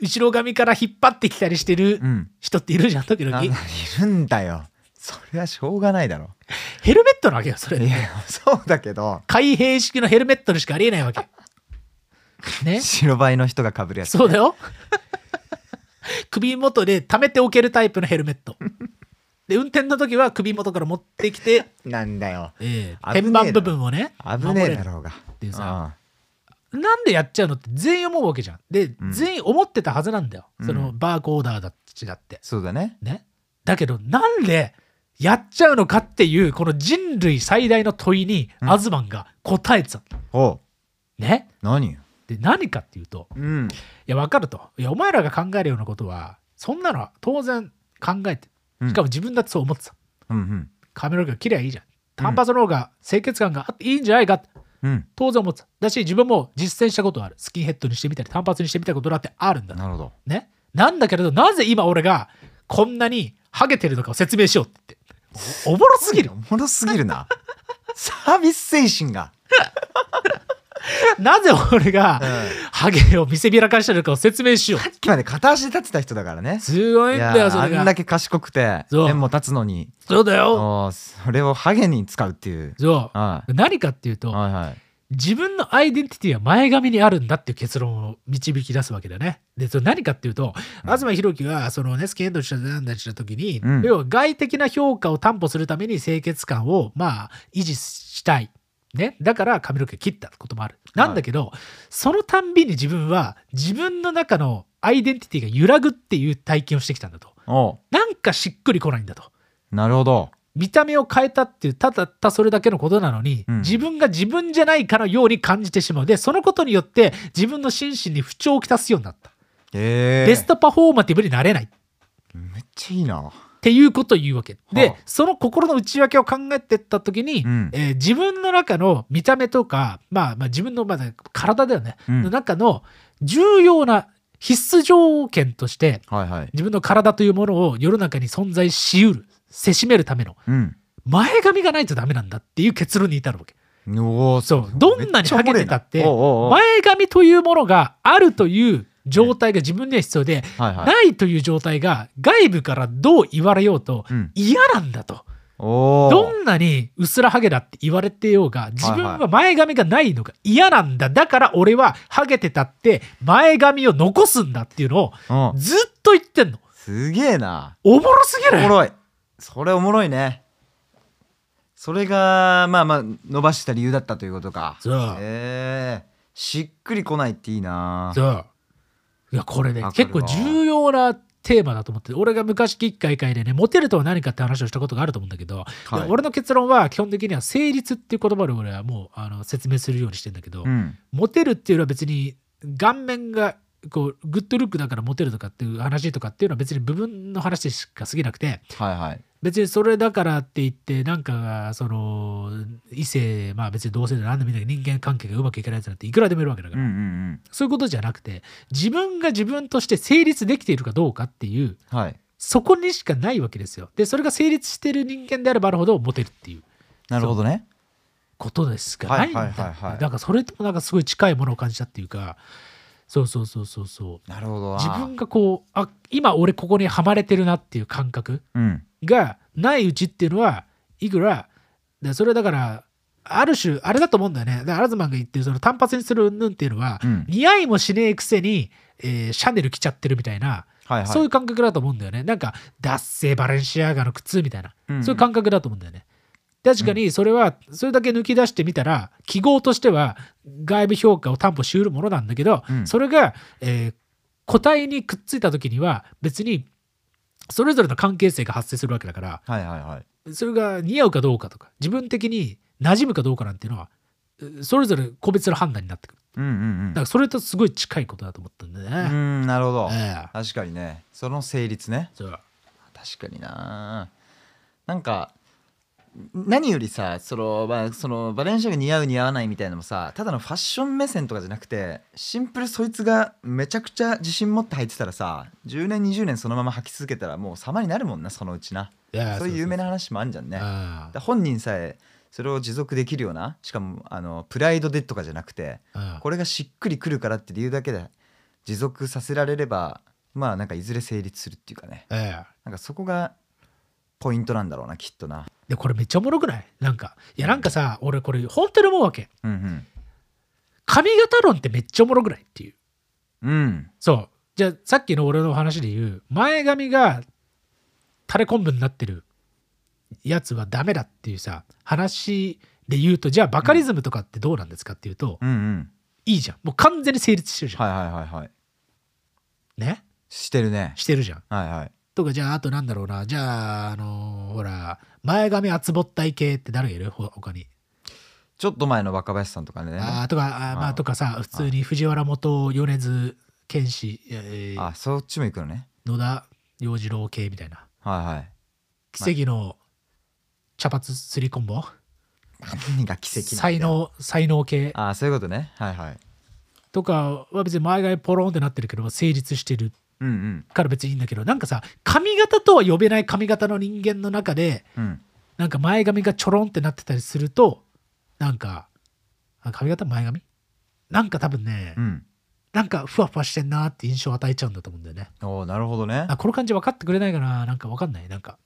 Speaker 1: 後ろ髪から引っ張ってきたりしてる
Speaker 2: うん
Speaker 1: 人っているじゃん時々
Speaker 2: あいるんだよそれはしょうがないだろ
Speaker 1: ヘルメットなわけよそれ
Speaker 2: いやそうだけど
Speaker 1: 開閉式のヘルメットにしかありえないわ けね
Speaker 2: 白バイの人がかぶるやつ
Speaker 1: そうだよ首元で溜めておけるタイプのヘルメットで運転の時は首元から持ってきて、
Speaker 2: なんだよ
Speaker 1: えー
Speaker 2: 危 ねえ
Speaker 1: 天
Speaker 2: な
Speaker 1: 板部分をね
Speaker 2: 危ねえだ
Speaker 1: 守れる
Speaker 2: ろうが
Speaker 1: ていうさなんでやっちゃうのって全員思うわけじゃんで、
Speaker 2: うん
Speaker 1: 全員思ってたはずなんだよその
Speaker 2: う
Speaker 1: バーコーダーだって違って
Speaker 2: そうだね
Speaker 1: ねだけどなんでやっちゃうのかっていうこの人類最大の問いに
Speaker 2: うん
Speaker 1: アズマンが答えてたの、
Speaker 2: おう
Speaker 1: ね
Speaker 2: 何
Speaker 1: で何かっていうと
Speaker 2: うん
Speaker 1: いや分かるといやお前らが考えるようなことはそんなのは当然考えて
Speaker 2: うん
Speaker 1: しかも自分だってそう思ってた、
Speaker 2: うんうん
Speaker 1: 髪の毛が切りゃいいじゃん短髪の方が清潔感があっていいんじゃないかって
Speaker 2: うん
Speaker 1: 当然思ってただし自分も実践したことあるスキンヘッドにしてみたり短髪にしてみたことだってあるんだ
Speaker 2: なるほど
Speaker 1: ねなんだけれどなぜ今俺がこんなにハゲてるのかを説明しようって言っておおもろすぎる
Speaker 2: おもろすぎ るなサービス精神が
Speaker 1: なぜ俺が
Speaker 2: うん
Speaker 1: ハゲを見せびらかしてるのかを説明しよ
Speaker 2: さ
Speaker 1: う
Speaker 2: っきまで片足で立ってた人だからね
Speaker 1: すごいんだよそ
Speaker 2: あ
Speaker 1: れ
Speaker 2: んだ
Speaker 1: が
Speaker 2: け賢くて
Speaker 1: そう
Speaker 2: 縁も立つのに
Speaker 1: そうだよ
Speaker 2: おーそれをハゲに使うっていう
Speaker 1: そ
Speaker 2: は
Speaker 1: う何かっていうと
Speaker 2: いはいはい
Speaker 1: 自分のアイデンティティは前髪にあるんだっていう結論を導き出すわけだね。で、それ何かっていうと、
Speaker 2: うん
Speaker 1: 東博樹がそのね、スケートしたなんだした時に、
Speaker 2: うん
Speaker 1: 要は外的な評価を担保するために清潔感をまあ維持したい。ね、だから髪の毛切ったこともある。なんだけど、そのたんびに自分は自分の中のアイデンティティが揺らぐっていう体験をしてきたんだと。
Speaker 2: おう
Speaker 1: なんかしっくりこないんだと。
Speaker 2: なるほど
Speaker 1: 見た目を変えたっていうただただそれだけのことなのに、
Speaker 2: うん
Speaker 1: 自分が自分じゃないかのように感じてしまうでそのことによって自分の心身に不調をきたすようになった、
Speaker 2: ええ
Speaker 1: ベストパフォーマティブになれないっ
Speaker 2: めっちゃいいな
Speaker 1: ていうことを言うわけで、
Speaker 2: はあ
Speaker 1: その心の内訳を考えてった時に、
Speaker 2: うん
Speaker 1: えー自分の中の見た目とか、まあ、まあ自分のまだ体だよね、
Speaker 2: うん
Speaker 1: の中の重要な必須条件として
Speaker 2: はいはい
Speaker 1: 自分の体というものを世の中に存在しうるせしめるための
Speaker 2: うん
Speaker 1: 前髪がないとダメなんだっていう結論に至るわけ。
Speaker 2: おー
Speaker 1: そうどんなにハゲてたって
Speaker 2: めちゃおもろいな
Speaker 1: 前髪というものがあるという状態が自分には必要で、
Speaker 2: おうおうはいはい
Speaker 1: ないという状態が外部からどう言われようと
Speaker 2: うん
Speaker 1: 嫌なんだと、
Speaker 2: おー
Speaker 1: どんなにうすらハゲだって言われてようが自分
Speaker 2: はいは
Speaker 1: は前髪がないのが嫌なんだだから俺はハゲてたって前髪を残すんだっていうのを
Speaker 2: うん
Speaker 1: ずっと言ってんの
Speaker 2: すげえな
Speaker 1: おもろすぎ
Speaker 2: お
Speaker 1: る
Speaker 2: もろいそれおもろいねそれがまあまあ伸ばした理由だったということか
Speaker 1: そう
Speaker 2: ええしっくりこないっていいな
Speaker 1: そういやこれね
Speaker 2: わかる
Speaker 1: 結
Speaker 2: わ
Speaker 1: 構重要なテーマだと思って俺が昔一回会でねモテるとは何かって話をしたことがあると思うんだけど、
Speaker 2: はい
Speaker 1: で俺の結論は基本的には成立っていう言葉で俺はもうあの説明するようにしてんだけど、
Speaker 2: うん
Speaker 1: モテるっていうのは別に顔面がこうグッドルックだからモテるとかっていう話とかっていうのは別に部分の話しか過ぎなくて
Speaker 2: はいはい
Speaker 1: 別にそれだからって言ってなんかその異性まあ別に同性で何でもいいんだけど人間関係がうまくいかないやつなんていくらでもいるわけだか
Speaker 2: うん
Speaker 1: ら、
Speaker 2: うんうん
Speaker 1: そういうことじゃなくて自分が自分として成立できているかどうかっていう
Speaker 2: はい
Speaker 1: そこにしかないわけですよ。でそれが成立している人間であればあるほどモテるっていう
Speaker 2: なるほどね
Speaker 1: ことですか
Speaker 2: は
Speaker 1: ないいんだよ、
Speaker 2: はいはいはい
Speaker 1: なんかそれともなんかすごい近いものを感じたっていうかそうそうそうそうそう
Speaker 2: なるほどな
Speaker 1: 自分がこうあ今俺ここにはまれてるなっていう感覚
Speaker 2: うん
Speaker 1: がないうちっていうのはいくらでそれだからある種あれだと思うんだよねだから東が言ってるその単発にするうんぬんっていうのは、
Speaker 2: うん
Speaker 1: 似合いもしねえくせに、えーシャネル着ちゃってるみたいな、
Speaker 2: はいはい
Speaker 1: そういう感覚だと思うんだよねなんかダッセーバレンシアガの靴みたいな、
Speaker 2: うん
Speaker 1: そういう感覚だと思うんだよね確かにそれはそれだけ抜き出してみたら記号としては外部評価を担保しうるものなんだけど、
Speaker 2: うん
Speaker 1: それが、えー個体にくっついた時には別にそれぞれの関係性が発生するわけだから
Speaker 2: はいはいはい
Speaker 1: それが似合うかどうかとか自分的に馴染むかどうかなんていうのはうそれぞれ個別の判断になってくる
Speaker 2: うんうん
Speaker 1: だからそれとすごい近いことだと思ったんでね。
Speaker 2: うんうんなるほど
Speaker 1: ええ
Speaker 2: 確かにねその成立ね
Speaker 1: そう
Speaker 2: 確かにななんか何よりさその、まあ、そのバレンシアが似合う似合わないみたいなのもさただのファッション目線とかじゃなくてシンプルそいつがめちゃくちゃ自信持って履いてたらさ10年20年そのまま履き続けたらもう様になるもんなそのうちな
Speaker 1: や
Speaker 2: そういう有名な話もあんじゃんね
Speaker 1: あ
Speaker 2: だ本人さえそれを持続できるようなしかもあのプライドでとかじゃなくて
Speaker 1: うん
Speaker 2: これがしっくりくるからって理由だけで持続させられればまあなんかいずれ成立するっていうかね
Speaker 1: ええ
Speaker 2: なんかそこがポイントなんだろうなきっとな。
Speaker 1: でこれめっちゃおもろくないなんかいやなんかさ俺これ本当に思うわけ
Speaker 2: うん
Speaker 1: 髪型論ってめっちゃおもろくないっていう
Speaker 2: うんうん
Speaker 1: そうじゃあさっきの俺の話で言う前髪が垂れ昆布になってるやつはダメだっていうさ話で言うとじゃあバカリズムとかってどうなんですかっていうと、
Speaker 2: うんうん
Speaker 1: いいじゃんもう完全に成立してるじゃん、
Speaker 2: はいはいはいはい
Speaker 1: ね
Speaker 2: してるね
Speaker 1: してるじゃん
Speaker 2: はいはい
Speaker 1: とかじゃああとなんだろうなじゃああのーほら前髪厚ぼったい系って誰がいるほ他に
Speaker 2: ちょっと前の若林さんとかね
Speaker 1: あーとかあーま
Speaker 2: あ
Speaker 1: あ
Speaker 2: ー
Speaker 1: とかさ普通に藤原元米津玄師、えー
Speaker 2: あそっちも行くのね
Speaker 1: 野田洋次郎系みたいな
Speaker 2: はい はい
Speaker 1: 奇跡の茶髪すりコンボ
Speaker 2: 何が奇跡なんだ
Speaker 1: 才
Speaker 2: よ
Speaker 1: 能才能系
Speaker 2: あそういうことねはいはい
Speaker 1: とかは別に前髪ポロンってなってるけど成立してる
Speaker 2: うんうん
Speaker 1: から別にいいんだけどなんかさ髪型とは呼べない髪型の人間の中で
Speaker 2: うん
Speaker 1: なんか前髪がちょろんってなってたりするとなんかあ髪型前髪なんか多分ね、
Speaker 2: うん
Speaker 1: なんかふわふわしてんなって印象を与えちゃうんだと思うんだよね
Speaker 2: おーなるほどね
Speaker 1: あこの感じ分かってくれないかななんか分かんないなんか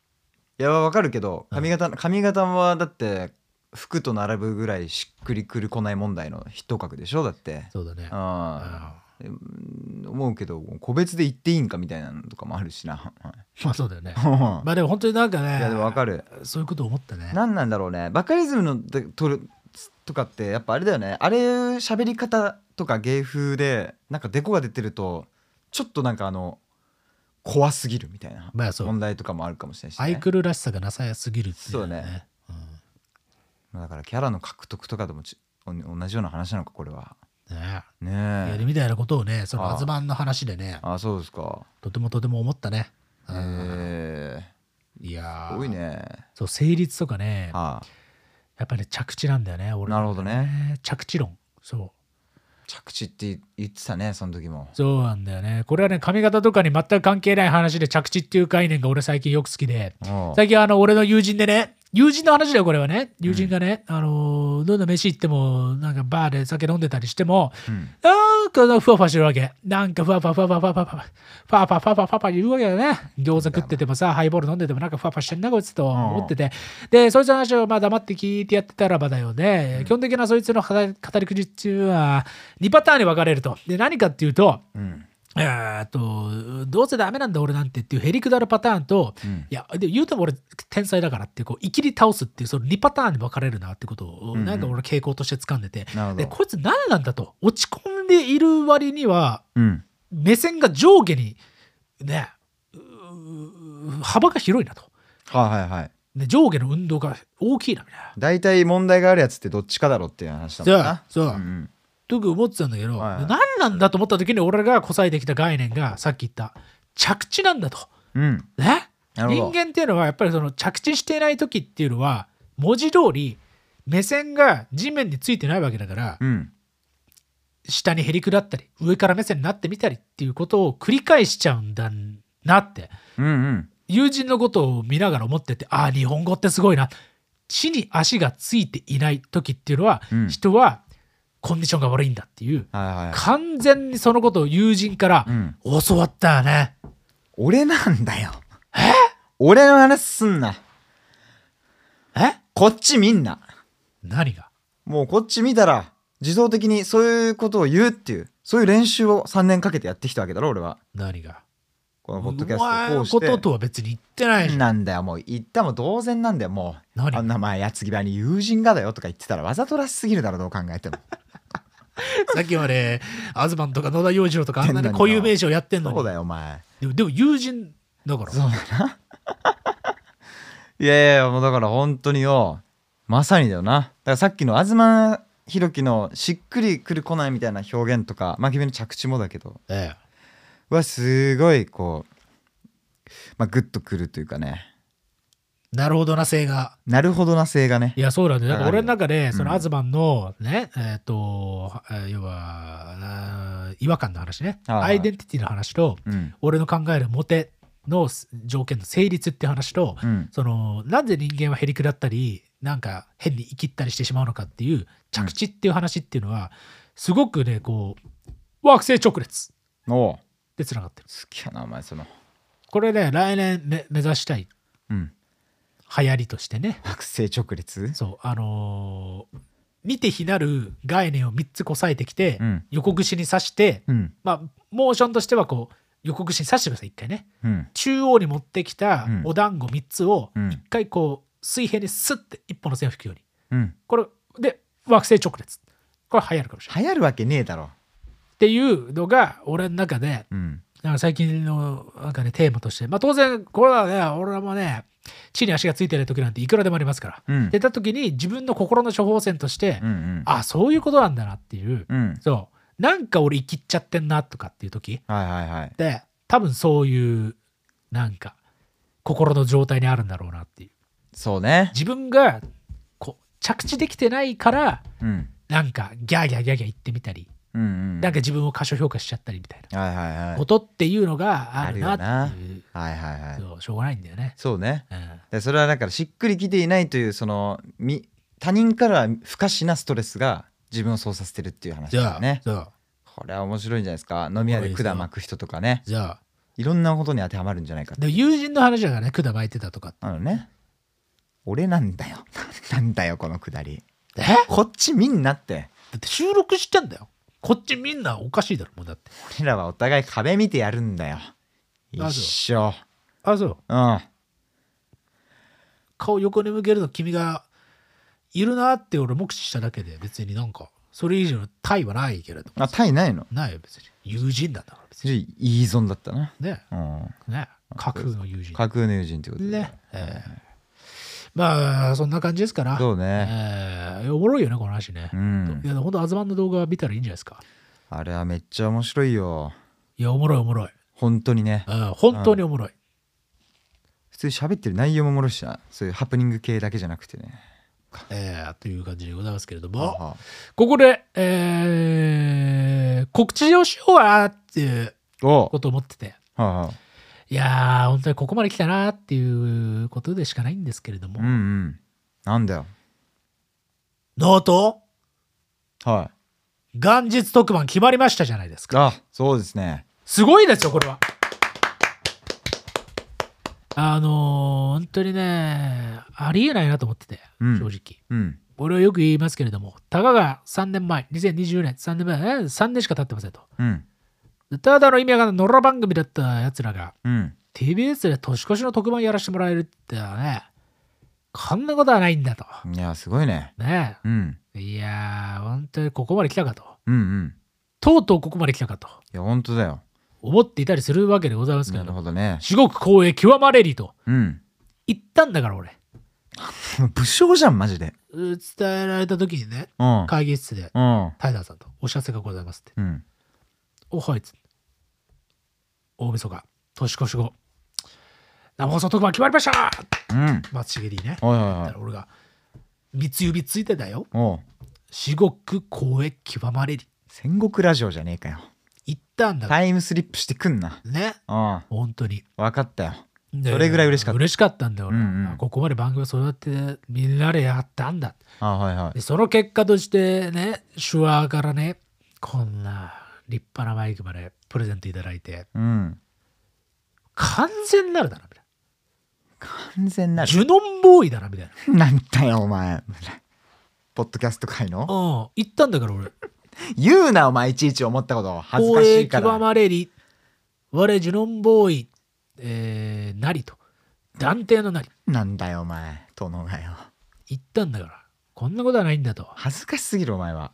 Speaker 2: いやわかるけど
Speaker 1: うん
Speaker 2: 髪型、髪型はだって服と並ぶぐらいしっくりくるこない問題の筆頭格でしょだって
Speaker 1: そうだね
Speaker 2: あ
Speaker 1: あ
Speaker 2: ーうん思うけど個別で言っていいんかみたいなのとかもあるしな
Speaker 1: ーまあそうだよね
Speaker 2: は
Speaker 1: まあでも本当になんか
Speaker 2: い
Speaker 1: ね
Speaker 2: いやでもわか る
Speaker 1: そういうこと思ったね
Speaker 2: 何なんだろうねバカリズムのでとるとかってやっぱあれだよねあれ喋り方とか芸風でなんかデコが出てるとちょっとなんかあの怖すぎるみたいな
Speaker 1: まあそう
Speaker 2: 問題とかもあるかもしれないし、ね
Speaker 1: アイクルらしさがなさやすぎるっていうのは
Speaker 2: そうね
Speaker 1: うん
Speaker 2: まあだからキャラの獲得とかともちお同じような話なのかこれは
Speaker 1: ね
Speaker 2: ね
Speaker 1: いや
Speaker 2: え
Speaker 1: みたいなことをねその
Speaker 2: ああ
Speaker 1: アズマンの話でね
Speaker 2: あそうですか
Speaker 1: とてもとても思ったね
Speaker 2: へ
Speaker 1: うん
Speaker 2: え
Speaker 1: いや
Speaker 2: す
Speaker 1: ー
Speaker 2: ごいね
Speaker 1: そう成立とかね
Speaker 2: あ
Speaker 1: やっぱり着地なんだよね
Speaker 2: あ
Speaker 1: 俺
Speaker 2: なるほどね
Speaker 1: ね着地論そう
Speaker 2: 着地って言ってたねその時も
Speaker 1: そうなんだよねこれはね髪型とかに全く関係ない話で着地っていう概念が俺最近よく好きで
Speaker 2: おう
Speaker 1: 最近あの俺の友人でね友人の話だよこれはね友人がね、あのーどんな飯行ってもなんかバーで酒飲んでたりしても
Speaker 2: うん
Speaker 1: なんかふわふわしてるわけなんかふわふわふわふわふわふわふわふわふわふわふわふわふわ言うわけだね餃子食っててもさハイボール飲んでてもなんかふわふわしてんなこいつと思っててでそいつの話をまあ黙って聞いてやってたらばだよね、基本的なそいつの語り語り口中は2パターンに分かれるとで何かっていうと
Speaker 2: うん
Speaker 1: えーっとどうせダメなんだ俺なんてっていうへりくだるパターンと、
Speaker 2: うん
Speaker 1: いやで言うても俺天才だからってこういきり倒すっていうその2パターンに分かれるなってことを、
Speaker 2: うんうん
Speaker 1: なんか俺傾向として掴んでて
Speaker 2: なるほ
Speaker 1: で
Speaker 2: ど
Speaker 1: こいつ何なんだと落ち込んでいる割には
Speaker 2: うん
Speaker 1: 目線が上下にねうー幅が広いなと、
Speaker 2: はいはいはい
Speaker 1: ね、上下の運動が大きいなみたいな。
Speaker 2: 大体問題があるやつってどっちかだろうっていう話だもんな。
Speaker 1: そうそう
Speaker 2: うんうん
Speaker 1: と思ってたんだけど、
Speaker 2: はいはい
Speaker 1: 何なんだと思った時に俺がこさえてきた概念がさっき言った着地なんだと。
Speaker 2: うん
Speaker 1: ね
Speaker 2: なるほど
Speaker 1: 人間っていうのはやっぱりその着地していない時っていうのは文字通り目線が地面についてないわけだから、
Speaker 2: うん
Speaker 1: 下にへりくだったり上から目線になってみたりっていうことを繰り返しちゃうんだなって
Speaker 2: うんうん
Speaker 1: 友人のことを見ながら思っててああ日本語ってすごいな地に足がついていない時っていうのは、
Speaker 2: うん
Speaker 1: 人はコンディションが悪いんだっていう
Speaker 2: はいはいは
Speaker 1: 完全にそのことを友人から
Speaker 2: い。うん
Speaker 1: 教わったよね。
Speaker 2: 俺なんだよ。俺の話すんな。
Speaker 1: え
Speaker 2: こっち見んな。
Speaker 1: 何が
Speaker 2: もうこっち見たら自動的にそういうことを言うっていうそういう練習を3年かけてやってきたわけだろ俺は。
Speaker 1: 何が
Speaker 2: このポ
Speaker 1: お
Speaker 2: ッドキャ
Speaker 1: 前
Speaker 2: ストを
Speaker 1: の
Speaker 2: 通し
Speaker 1: こ
Speaker 2: て。
Speaker 1: ととは別に言ってないじゃん。
Speaker 2: なんだよもう言ったも同然なんだよもう
Speaker 1: 何
Speaker 2: あんな前矢継ぎ早に友人がだよとか言ってたらわざとらしすぎるだろどう考えても
Speaker 1: さっきまで、東とか野田洋次郎とかあんなに
Speaker 2: 天然の
Speaker 1: 固有名詞をやってんの
Speaker 2: そう
Speaker 1: に。
Speaker 2: だよお前
Speaker 1: でもでも友人だから。
Speaker 2: そうだないやいやもうだから本当によまさにだよなだからさっきの東博樹のしっくりくるこないみたいな表現とかまあ君の着地もだけど
Speaker 1: え
Speaker 2: はすごいこうまあグッとくるというかね
Speaker 1: え、なるほどな性が。
Speaker 2: なるほどな性がね
Speaker 1: いやそうなんだよ。だから
Speaker 2: あ
Speaker 1: 俺
Speaker 2: るよ
Speaker 1: の中で、その
Speaker 2: うん
Speaker 1: 東のね、えっ、と、えー要は、あー違和感の話ね、
Speaker 2: はいはい
Speaker 1: アイデンティティの話と、
Speaker 2: うん
Speaker 1: 俺の考えるモテの条件の成立って話と、
Speaker 2: うん
Speaker 1: その、なぜ人間はへりくだったり、なんか変に生きったりしてしまうのかっていう着地っていう話っていうのはすごくねこう惑星直列
Speaker 2: おう好
Speaker 1: でつながってる
Speaker 2: きやなお前その
Speaker 1: これね来年め目指したい
Speaker 2: うん
Speaker 1: 流行りとしてね
Speaker 2: 惑星直列
Speaker 1: そうあのー見て非なる概念を3つこさえてきて、
Speaker 2: うん
Speaker 1: 横串に刺して、
Speaker 2: うん
Speaker 1: まあモーションとしてはこう横串に刺してください一回ね
Speaker 2: うん
Speaker 1: 中央に持ってきた
Speaker 2: うん
Speaker 1: お団子3つを
Speaker 2: うん
Speaker 1: 一回こう水平にスッて一本の線を引くように
Speaker 2: うん
Speaker 1: これで惑星直列これ流行るかもしれない
Speaker 2: 流行るわけねえだろ
Speaker 1: っていうのが俺の中で
Speaker 2: うん
Speaker 1: なんか最近のなんか、ね、テーマとして、まあ、当然コロナで俺らもね地に足がついてない時なんていくらでもありますから、
Speaker 2: うん
Speaker 1: 出た時に自分の心の処方箋として、
Speaker 2: うんうん
Speaker 1: あそういうことなんだなっていう、
Speaker 2: うん
Speaker 1: そうなんか俺生きっちゃってんなとかっていう時
Speaker 2: はいはいはい
Speaker 1: で多分そういうなんか心の状態にあるんだろうなっていう
Speaker 2: そうね
Speaker 1: 自分がこう着地できてないから
Speaker 2: うん
Speaker 1: なんかギャーギャーギャーギャー言ってみたり、
Speaker 2: うんうん
Speaker 1: なんか自分を過小評価しちゃったりみたいな
Speaker 2: はいはいはい
Speaker 1: ことっていうのがあるなっていう
Speaker 2: はいはいはい
Speaker 1: そうしょうがないんだよね。
Speaker 2: そうね
Speaker 1: うん
Speaker 2: でそれはだからしっくりきていないというそのみ他人からは不可視なストレスが自分をそうさせてるっていう話
Speaker 1: じ
Speaker 2: だ
Speaker 1: ゃ
Speaker 2: よ
Speaker 1: あ、
Speaker 2: ね
Speaker 1: そう
Speaker 2: これは面白いんじゃないですか飲み屋で管巻く人とかね
Speaker 1: じゃあ
Speaker 2: いろんなことに当てはまるんじゃないかって
Speaker 1: で友人の話だからね管巻いてたとか
Speaker 2: なのね俺なんだよ なんだよこの下り
Speaker 1: えだ
Speaker 2: こっち見んなって
Speaker 1: って収録してんだよこっちみんなおかしいだろもうだって
Speaker 2: 俺らはお互い壁見てやるんだよ
Speaker 1: なぜ
Speaker 2: 一生
Speaker 1: あそう
Speaker 2: うん
Speaker 1: 顔横に向けるの君がいるなって俺目視しただけで別になんかそれ以上の対はないけれど
Speaker 2: あタイないの
Speaker 1: ないよ別に友人なんだから別
Speaker 2: そ
Speaker 1: に
Speaker 2: れいい依存だったな
Speaker 1: ね
Speaker 2: うん
Speaker 1: ね架空の友人
Speaker 2: 架空の友人ってことで
Speaker 1: ね、ええまあそんな感じですから
Speaker 2: そうね
Speaker 1: ええおもろいよねこの話ね
Speaker 2: う、
Speaker 1: い
Speaker 2: ん
Speaker 1: や本当アズマンの動画見たらいいんじゃないですか
Speaker 2: あれはめっちゃ面白いよ
Speaker 1: いやおもろいおもろい、
Speaker 2: 本当にね
Speaker 1: うん、本当におもろい、
Speaker 2: 普通に喋ってる内容もおもろいしなそういうハプニング系だけじゃなくてね
Speaker 1: ええという感じでございますけれども、
Speaker 2: あ
Speaker 1: ここで、えー告知をしようかなっていう
Speaker 2: お
Speaker 1: ことを思ってて
Speaker 2: はあはい
Speaker 1: やー本当にここまで来たなっていうことでしかないんですけれども、
Speaker 2: あうんうんなんだよ
Speaker 1: ノート
Speaker 2: はい
Speaker 1: 元日特番決まりましたじゃないですか
Speaker 2: あそうですね
Speaker 1: すごいですよこれはあのー本当にねありえないなと思ってて
Speaker 2: うん
Speaker 1: 正直、
Speaker 2: うん
Speaker 1: 俺はよく言いますけれどもたかが3年前2020年3年前えー3年しか経ってませんと
Speaker 2: うん
Speaker 1: ただの意味がノラ番組だったやつらが
Speaker 2: うん
Speaker 1: TBS で年越しの特番やらせてもらえるってのはねこんなことはないんだと
Speaker 2: いやすごいね
Speaker 1: ね
Speaker 2: うん
Speaker 1: えいやー本当にここまで来たかと
Speaker 2: うんうん
Speaker 1: とうとうここまで来たかと
Speaker 2: いや本当だよ
Speaker 1: 思っていたりするわけでございますけれ
Speaker 2: なる
Speaker 1: ども
Speaker 2: ほどね
Speaker 1: 至極光栄極まれりと
Speaker 2: うん
Speaker 1: 言ったんだから俺
Speaker 2: 武将じゃんマジで
Speaker 1: う伝えられた時にね
Speaker 2: うん
Speaker 1: 会議室で
Speaker 2: うん
Speaker 1: タイダーさんとお知らせがございますって
Speaker 2: うん
Speaker 1: おはいっつって大晦日年越し後生放送特番決まりました
Speaker 2: うん
Speaker 1: 松重 D ね
Speaker 2: おいおいお
Speaker 1: だ
Speaker 2: い
Speaker 1: から俺が三つ指ついてだよ
Speaker 2: おう
Speaker 1: 至極光栄極まれり
Speaker 2: 戦国ラジオじゃねえかよ
Speaker 1: 言ったんだか
Speaker 2: タイムスリップしてくんな
Speaker 1: らね
Speaker 2: うん
Speaker 1: 本当に
Speaker 2: 分かったよ
Speaker 1: で
Speaker 2: それぐらい嬉しかった
Speaker 1: 嬉しかったんだよ俺は、
Speaker 2: うんうん
Speaker 1: ここまで番組を育ててみんなでやったんだ
Speaker 2: あはいはい
Speaker 1: でその結果としてね手話からねこんな立派なマイクまでプレゼントいただいて
Speaker 2: うん
Speaker 1: 完全なるだなみたい
Speaker 2: 完全
Speaker 1: な
Speaker 2: なる
Speaker 1: ジュノンボーイだなみたいな
Speaker 2: なんだよお前ポッドキャスト界の
Speaker 1: うん言ったんだから俺
Speaker 2: 言うなお前いちいち思ったこと恥ずか
Speaker 1: 光
Speaker 2: し
Speaker 1: 栄
Speaker 2: いか
Speaker 1: 極
Speaker 2: ら
Speaker 1: まれり我ジュノンボーイ、えー、なりと断定のなり
Speaker 2: なんだよお前殿がよ
Speaker 1: 言ったんだからこんなことはないんだと
Speaker 2: 恥ずかしすぎるお前は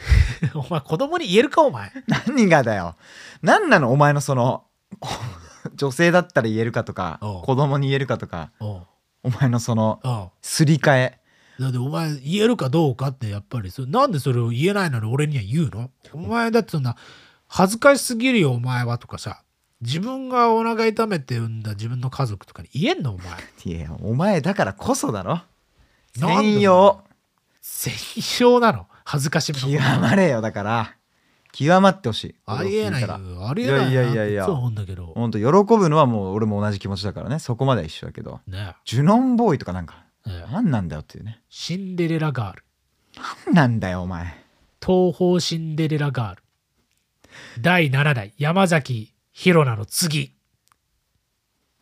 Speaker 1: お前子供に言えるかお前
Speaker 2: 何がだよ何なのお前のその 女性だったら言えるかとか
Speaker 1: おう
Speaker 2: 子供に言えるかとか
Speaker 1: うんうん
Speaker 2: お前のその
Speaker 1: だ
Speaker 2: すり替え
Speaker 1: ってお前言えるかどうかってやっぱりそなんでそれを言えないのに俺には言うのお前だってそんな恥ずかしすぎるよお前はとかさ自分がお腹痛めて産んだ自分の家族とかに言えんのお前
Speaker 2: いやお前だからこそだろ
Speaker 1: なんで
Speaker 2: 専用
Speaker 1: 専用なの恥ずかしみ
Speaker 2: 極
Speaker 1: の
Speaker 2: まれよだから極まってほしい
Speaker 1: ありえない
Speaker 2: か
Speaker 1: よ
Speaker 2: ら
Speaker 1: ありえない
Speaker 2: いやいやいやい
Speaker 1: い
Speaker 2: や
Speaker 1: つも思うんだけど
Speaker 2: ほんと喜ぶのはもう俺も同じ気持ちだからねそこまでは一緒だけど
Speaker 1: ね
Speaker 2: ジュノンボーイとかなんか
Speaker 1: ええ
Speaker 2: 何なんだよっていうね
Speaker 1: シンデレラガール
Speaker 2: 何なんだよお前
Speaker 1: 東方シンデレラガール第7代山崎弘奈の次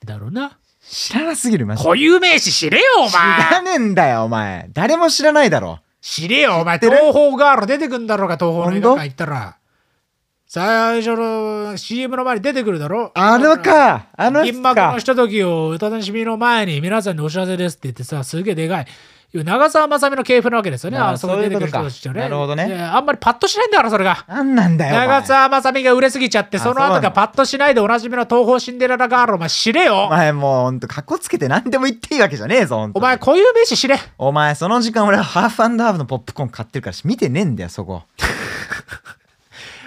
Speaker 1: だろうな
Speaker 2: 知らなすぎるマジで
Speaker 1: 固有名詞知れよお
Speaker 2: 知
Speaker 1: 前
Speaker 2: らねえんだよお前誰も知らないだろ
Speaker 1: 知れよお前
Speaker 2: 知ってる
Speaker 1: 東方ガール出てくんだろうが東方の映画
Speaker 2: ほんと
Speaker 1: 館行ったら最初の CM の前に出てくるだろ
Speaker 2: あのかあの
Speaker 1: 銀
Speaker 2: 人
Speaker 1: 幕
Speaker 2: か
Speaker 1: のひとときをお楽しみの前に皆さんにお知らせですって言ってさ、すげえでかい。長澤まさみの系譜なわけですよね。あ
Speaker 2: なあ
Speaker 1: そこに出てくる人たちと
Speaker 2: そういうことかなるほどね
Speaker 1: であんまりパッとしないんだから、それが。
Speaker 2: 何なんだよお前
Speaker 1: 長澤まさみが売れすぎちゃって、
Speaker 2: あ
Speaker 1: その
Speaker 2: そうな
Speaker 1: 後
Speaker 2: ん
Speaker 1: が
Speaker 2: だ
Speaker 1: パッとしないでおなじみの東方シンデレラガール、お前知れ
Speaker 2: お
Speaker 1: よ。
Speaker 2: 前もうほんとかっこつけて何でも言っていいわけじゃねえぞほんと
Speaker 1: お前、こういう名詞知れ。
Speaker 2: お前その時間俺はハーフハーフのポップコーン買ってるから見てねえんだよそ こ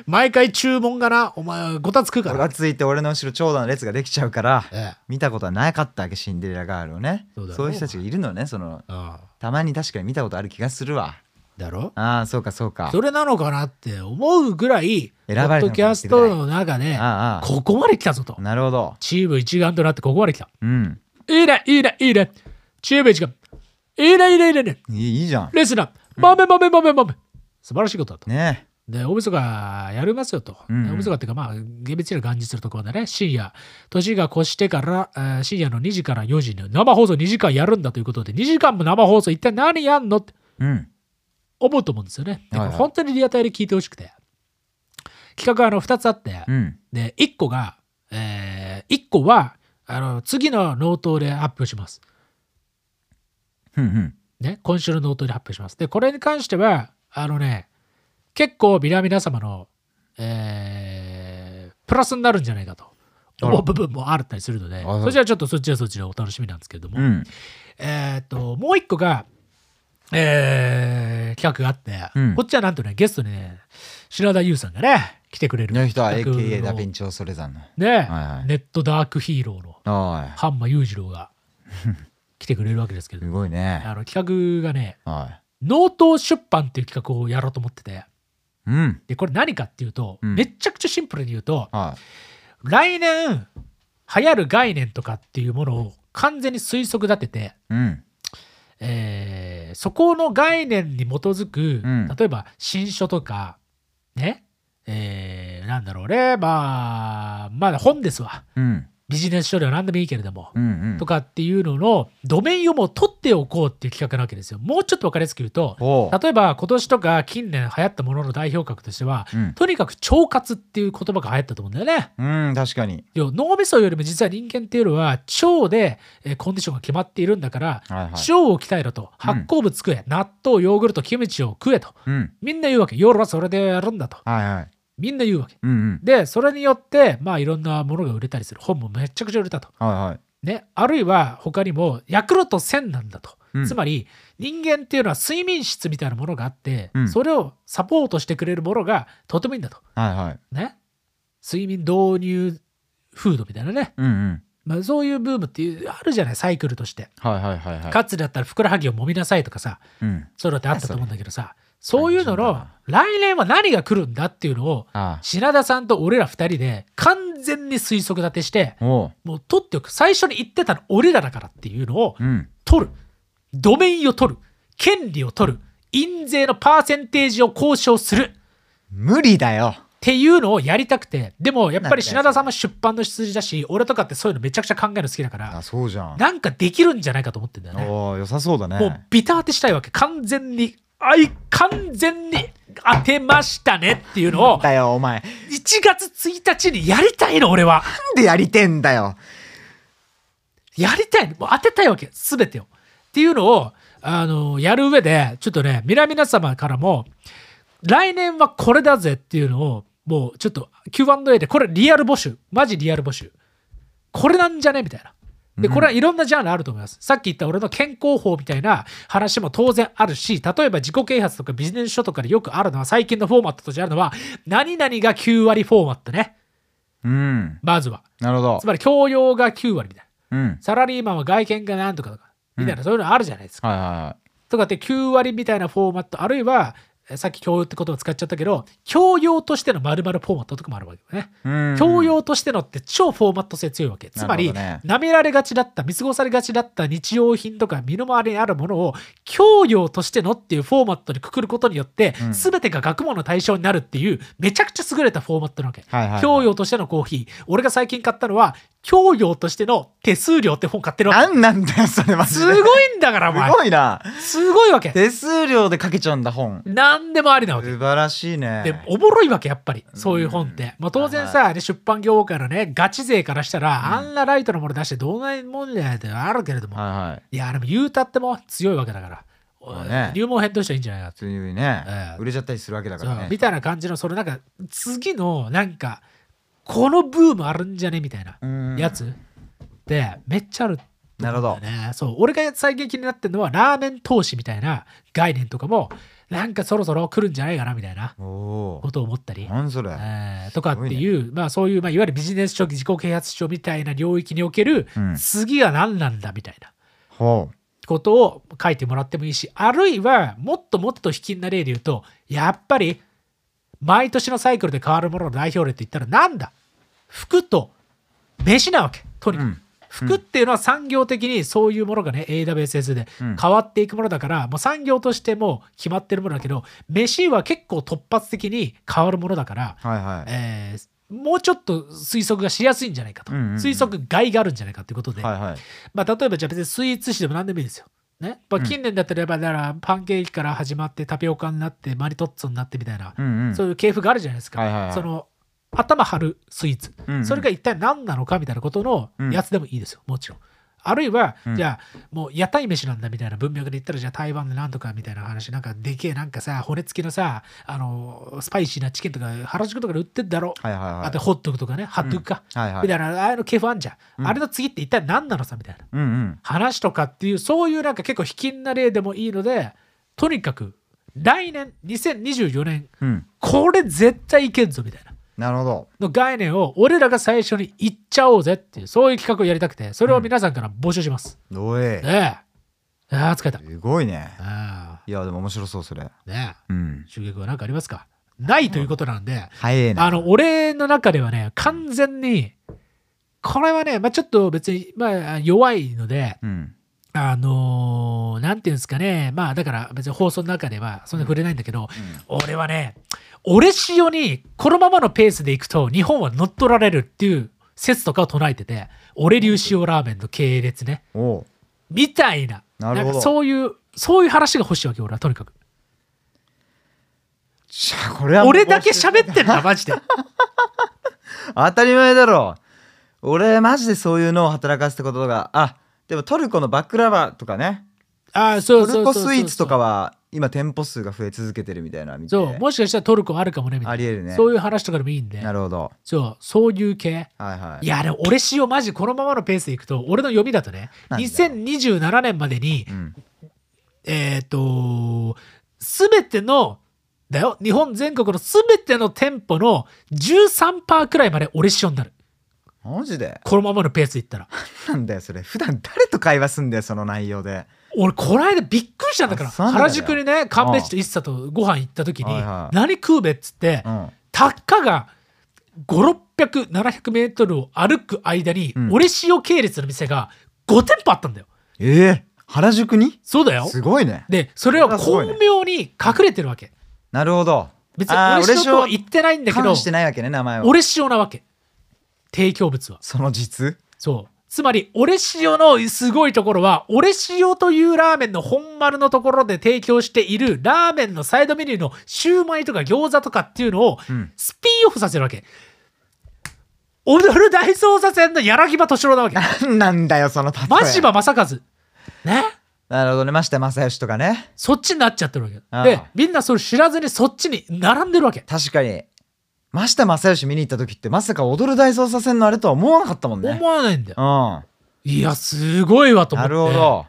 Speaker 1: 毎回注文がな、お前、ごたつくか
Speaker 2: 俺
Speaker 1: ら
Speaker 2: が。ついて俺の後ろ長蛇の列ができちゃうから
Speaker 1: ええ
Speaker 2: 見たことはなかったわけシンデレラガールをね
Speaker 1: そうだろう
Speaker 2: そういう人たちがいるのねその
Speaker 1: ああ
Speaker 2: たまに確かに見たことある気がするわ
Speaker 1: だろ
Speaker 2: ああそうかそうか
Speaker 1: それなのかなって思うぐらい、ポ
Speaker 2: 選
Speaker 1: ッ
Speaker 2: ばれた
Speaker 1: ド
Speaker 2: のか
Speaker 1: キャストの中で、
Speaker 2: あああ
Speaker 1: ここまで来たぞと
Speaker 2: あ。なるほど
Speaker 1: チーム一丸となってここまで来た。
Speaker 2: うん
Speaker 1: いいね、いいね、いいね。チーム一丸。いいね、いいね、いいねいいね。
Speaker 2: いいいいじゃん
Speaker 1: レスラー、豆豆豆豆。素晴らしいことだと。
Speaker 2: ね
Speaker 1: で、大晦日やりますよと。
Speaker 2: うんうん
Speaker 1: で大晦日っていうか、まあ、厳密には元日のところだね。深夜、年が越してから、えー深夜の2時から4時に生放送2時間やるんだということで、2時間も生放送一体何やんのって
Speaker 2: えうん
Speaker 1: 思うと思うんですよね。で
Speaker 2: はいはい
Speaker 1: 本当にリアタイで聞いてほしくて。企画はあの2つあって、
Speaker 2: うん
Speaker 1: で、1個が、え1個は、あの、次の納刀でアップします。
Speaker 2: うんうん
Speaker 1: ね、今週のノートで発表します。で、これに関しては、あのね、結構皆々様の、えープラスになるんじゃないかと
Speaker 2: あら
Speaker 1: 思う部分もあったりするので、
Speaker 2: はい
Speaker 1: そちらちょっとそっちらそっちらお楽しみなんですけれども、
Speaker 2: うん
Speaker 1: えーっと、もう一個が、えー企画があって、
Speaker 2: うん
Speaker 1: こっちはなんとね、ゲストにね、白田優さんがね、来てくれる
Speaker 2: この人は
Speaker 1: 企画の
Speaker 2: AKA ダヴィンチ・オソレザンの
Speaker 1: ね、
Speaker 2: はい
Speaker 1: ネットダークヒーロー の
Speaker 2: お
Speaker 1: ハンマ裕次郎が来てくれるわけですけれ
Speaker 2: い
Speaker 1: ど
Speaker 2: す
Speaker 1: も、
Speaker 2: ごいね
Speaker 1: あの企画がね、
Speaker 2: は
Speaker 1: ノート出版っていう企画をやろうと思ってて
Speaker 2: いうん
Speaker 1: でこれ何かっていうと、
Speaker 2: うん
Speaker 1: めっちゃくちゃシンプルに言うと
Speaker 2: はい
Speaker 1: 来年流行る概念とかっていうものを完全に推測立てて、
Speaker 2: うん
Speaker 1: えーそこの概念に基づく、
Speaker 2: うん
Speaker 1: 例えば新書とかねえーなんだろうねまあまあ本ですわ
Speaker 2: うん
Speaker 1: ビジネス書では何でもいいけれども、
Speaker 2: うんうん
Speaker 1: とかっていうののドメインをもう取っておこうっていう企画なわけですよもうちょっと分かりやすく言うと、
Speaker 2: おう
Speaker 1: 例えば今年とか近年流行ったものの代表格としては、
Speaker 2: うん
Speaker 1: とにかく腸活っていう言葉が流行ったと思うんだよね。
Speaker 2: うん確かに
Speaker 1: 要は脳みそよりも実は人間っていうのは腸でえーコンディションが決まっているんだから、
Speaker 2: はいはい
Speaker 1: 腸を鍛えろと発酵物食え、納豆ヨーグルトキムチを食えと
Speaker 2: うん
Speaker 1: みんな言うわけ夜はそれでやるんだと
Speaker 2: はいはい
Speaker 1: みんな言うわけ
Speaker 2: うんうん
Speaker 1: でそれによってまあいろんなものが売れたりする本もめちゃくちゃ売れたと
Speaker 2: はいはい
Speaker 1: ね、あるいは他にもヤクルト1000なんだと、
Speaker 2: うん
Speaker 1: つまり人間っていうのは睡眠質みたいなものがあって、
Speaker 2: うん
Speaker 1: それをサポートしてくれるものがとてもいいんだと、
Speaker 2: はいはい
Speaker 1: ね、睡眠導入フードみたいなね、
Speaker 2: うんうん
Speaker 1: まあ、そういうブームっていうあるじゃないサイクルとして、
Speaker 2: はいはいはいはい
Speaker 1: かつてだったらふくらはぎを揉みなさいとかさ
Speaker 2: うん
Speaker 1: そういうのってあったと思うんだけどさそういうの
Speaker 2: 単
Speaker 1: の
Speaker 2: 純
Speaker 1: 来年は何が来るんだっていうのを
Speaker 2: あ
Speaker 1: 品田さんと俺ら2人で完全に推測立てして
Speaker 2: あおう
Speaker 1: もう取っておく最初に言ってたの俺らだからっていうのを
Speaker 2: うん
Speaker 1: 取るドメインを取る権利を取る印税のパーセンテージを交渉するっ
Speaker 2: 無理だよ
Speaker 1: ていうのをやりたくてでもやっぱり
Speaker 2: なんだよ
Speaker 1: 品田さんは出版の出自だし俺とかってそういうのめちゃくちゃ考えるの好きだから
Speaker 2: あそうじゃん
Speaker 1: なんかできるんじゃないかと思ってんだよね
Speaker 2: おお良さそうだ
Speaker 1: もう
Speaker 2: ね
Speaker 1: ビタ当てしたいわけ完全にあい完全に当てましたねっていうのを1
Speaker 2: だよお前な
Speaker 1: 月1日にやりたいの俺は
Speaker 2: んでやりてんだよ
Speaker 1: やりたいのもう当てたいわけ全てをっていうのをあのやる上でちょっとね皆々様からも来年はこれだぜっていうのをもうちょっと Q&A でこれリアル募集マジリアル募集これなんじゃねみたいなでこれはいろんなジャンルあると思います、さっき言った俺の健康法みたいな話も当然あるし例えば自己啓発とかビジネス書とかでよくあるのは最近のフォーマットとしてあるのは何々が9割フォーマットね
Speaker 2: うん
Speaker 1: まずは
Speaker 2: なるほど
Speaker 1: つまり教養が9割みたいな
Speaker 2: うん
Speaker 1: サラリーマンは外見がなんとかとか、みたいな、そういうのあるじゃないですか。
Speaker 2: はいは
Speaker 1: とかって9割みたいなフォーマット、あるいは、えさっき教養って言葉使っちゃったけど教養としての丸々フォーマットとかもあるわけだよね。
Speaker 2: うん
Speaker 1: 教養としてのって超フォーマット性強いわけ。つまり、
Speaker 2: なるほどね
Speaker 1: 舐められがちだった、見過ごされがちだった日用品とか身の回りにあるものを教養としてのっていうフォーマットにくくることによって、
Speaker 2: うん
Speaker 1: 全てが学問の対象になるっていう、めちゃくちゃ優れたフォーマットなわけ。
Speaker 2: はいはいはい
Speaker 1: 教養としてのコーヒー。俺が最近買ったのは、教養としての手数料って本買ってるわ
Speaker 2: なんなんだよそれマ
Speaker 1: け。
Speaker 2: ジ
Speaker 1: す
Speaker 2: で
Speaker 1: ごいんだから、お前
Speaker 2: す。ごいな
Speaker 1: すごいわけ。
Speaker 2: 手数料で書けちゃうんだ本
Speaker 1: なんでもありなわけ。
Speaker 2: 素晴らしいね
Speaker 1: でおもろいわけやっぱりそういう本って、
Speaker 2: うん
Speaker 1: まあ、当然さ、ね出版業界のねガチ勢からしたら、あんなライトのもの出してどうないもんじゃないってあるけれども、
Speaker 2: はいはい
Speaker 1: い、やでも言うたっても強いわけだから、
Speaker 2: まあね
Speaker 1: 入門編としてはいいんじゃないか
Speaker 2: 普通にね、
Speaker 1: ええ
Speaker 2: 売れちゃったりするわけだ
Speaker 1: と、
Speaker 2: から
Speaker 1: そう
Speaker 2: ね
Speaker 1: みたいな感じのそれなんか次のなんかこのブームあるんじゃねみたいな
Speaker 2: うん
Speaker 1: やつでめっちゃある
Speaker 2: なるほど
Speaker 1: だよねそう俺が最近気になってるのはラーメン投資みたいな概念とかもなんかそろそろ来るんじゃないかなみたいな
Speaker 2: おお
Speaker 1: ことを思ったり
Speaker 2: 何それ
Speaker 1: えーとかっていう、まあそういう、まあ、いわゆるビジネス書自己啓発書みたいな領域における、
Speaker 2: うん
Speaker 1: 次は何なんだみたいな
Speaker 2: ほう
Speaker 1: ことを書いてもらってもいいしあるいはもっともっと卑近な例で言うとやっぱり毎年のサイクルで変わるものの代表例って言ったらなんだ服と飯なわけとにかく。
Speaker 2: うん
Speaker 1: 服っていうのは産業的にそういうものがね AWSS で
Speaker 2: うん
Speaker 1: 変わっていくものだから、もう産業としても決まってるものだけど飯は結構突発的に変わるものだから、
Speaker 2: はいはい
Speaker 1: えーもうちょっと推測がしやすいんじゃないかと、
Speaker 2: うんうんうん
Speaker 1: 推測外があるんじゃないかということで、
Speaker 2: はいはい
Speaker 1: まあ、例えばじゃあ別にスイーツ史でも何でもいいですよ。ねまあ、
Speaker 2: うん
Speaker 1: 近年だったらやっぱだからパンケーキから始まってタピオカになってマリトッツォになってみたいな、
Speaker 2: うんうん
Speaker 1: そういう系譜があるじゃないですか、
Speaker 2: はいはいはい
Speaker 1: その頭張るスイーツ、
Speaker 2: うんうん
Speaker 1: それが一体何なのかみたいなことのやつでもいいですよ、もちろん。あるいは、
Speaker 2: うん
Speaker 1: じゃあもう屋台飯なんだみたいな文脈で言ったらじゃあ台湾でなんとかみたいな話なんかでけえなんかさ骨付きのさあのスパイシーなチキンとか原宿とかで売ってんだろ、
Speaker 2: はいはいはい
Speaker 1: あとホットグとかねハトゥか、
Speaker 2: はいはい
Speaker 1: みたいなああいうの系譜あんじゃん、
Speaker 2: うん
Speaker 1: あれの次って一体何なのさみたいな
Speaker 2: うんうん
Speaker 1: 話とかっていうそういうなんか結構卑近な例でもいいのでとにかく来年2024年
Speaker 2: うん
Speaker 1: これ絶対いけんぞみたいな
Speaker 2: なるほど
Speaker 1: の概念を俺らが最初に言っちゃおうぜっていうそういう企画をやりたくてそれを皆さんから募集します、
Speaker 2: おい
Speaker 1: ねえああ疲れた
Speaker 2: すごいね
Speaker 1: あ
Speaker 2: いやでも面白そうそれ
Speaker 1: あねえ
Speaker 2: うん
Speaker 1: 襲撃は何かありますかないということなんで、
Speaker 2: 早えな
Speaker 1: あの俺の中ではね完全にこれはね、まあ、ちょっと別に、まあ、弱いので
Speaker 2: うん
Speaker 1: あのーなんていうんですかねまあだから別に放送の中ではそんな触れないんだけど、俺はね俺潮にこのままのペースでいくと日本は乗っ取られるっていう説とかを唱えてて俺流塩ラーメンの系列ね
Speaker 2: うんおう
Speaker 1: みたいな
Speaker 2: なるほど
Speaker 1: んかそういうそういう話が欲しいわけ俺はとにかく
Speaker 2: じゃあこれは
Speaker 1: 俺だけ喋ってんだマジで
Speaker 2: 当たり前だろ俺マジでそういうのを働かせたことがあでもトルコのバックラバとかね
Speaker 1: ああ
Speaker 2: ト
Speaker 1: そうそう
Speaker 2: ル
Speaker 1: そう
Speaker 2: コ
Speaker 1: そう
Speaker 2: スイーツとかは今店舗数が増え続けてるみたいなの見て
Speaker 1: そうもしかしたらトルコあるかもねみたいな
Speaker 2: ありえるね
Speaker 1: そういう話とかでもいいんで
Speaker 2: なるほど
Speaker 1: そうそういう系
Speaker 2: はいはい
Speaker 1: いや、でも俺塩マジこのままのペースでいくと、俺の読みだとね、
Speaker 2: なんだ
Speaker 1: 2027年までに
Speaker 2: う、ん
Speaker 1: えっ、と、すべての、だよ、日本全国のすべての店舗の13%くらいまで俺塩になる。
Speaker 2: マジで
Speaker 1: このままのペースでいったら。
Speaker 2: なんだよそれ普段誰と会話すんだよその内容で
Speaker 1: 俺、この間びっくりしたんだから、
Speaker 2: あそうなんだよ
Speaker 1: 原宿にね、神戸市と一茶とご飯行った時に、
Speaker 2: はいはい
Speaker 1: 何食うべっつって
Speaker 2: う、ん
Speaker 1: たっかが、5、600、700メートルを歩く間に、
Speaker 2: うん
Speaker 1: 俺塩系列の店が5店舗あったんだよ。
Speaker 2: ええ原宿に
Speaker 1: そうだよ。
Speaker 2: すごいね
Speaker 1: でそれを
Speaker 2: それはすご
Speaker 1: 巧
Speaker 2: いね
Speaker 1: 妙に隠れてるわけ
Speaker 2: なるほど
Speaker 1: 別に俺塩とは言ってないんだけど
Speaker 2: 関してないわけね名前は
Speaker 1: 俺塩なわけ提供物は
Speaker 2: その実
Speaker 1: そうつまり俺塩のすごいところは俺塩というラーメンの本丸のところで提供しているラーメンのサイドメニューのシューマイとか餃子とかっていうのを
Speaker 2: うん
Speaker 1: スピンオフさせるわけ、踊る大捜査線の柳葉敏郎 なわけ
Speaker 2: なんだよその例え
Speaker 1: 真柴正和ね
Speaker 2: なるほどねまして正義とかね
Speaker 1: そっちになっちゃってるわけ
Speaker 2: ああ
Speaker 1: でみんなそれ知らずにそっちに並んでるわけ
Speaker 2: 確かに真下正義見に行った時ってまさか踊る大捜査線のあれとは思わなかったもんね
Speaker 1: 思わないんだよ
Speaker 2: う
Speaker 1: いや、すごいわと
Speaker 2: ん
Speaker 1: 思っ
Speaker 2: な
Speaker 1: て。
Speaker 2: るほど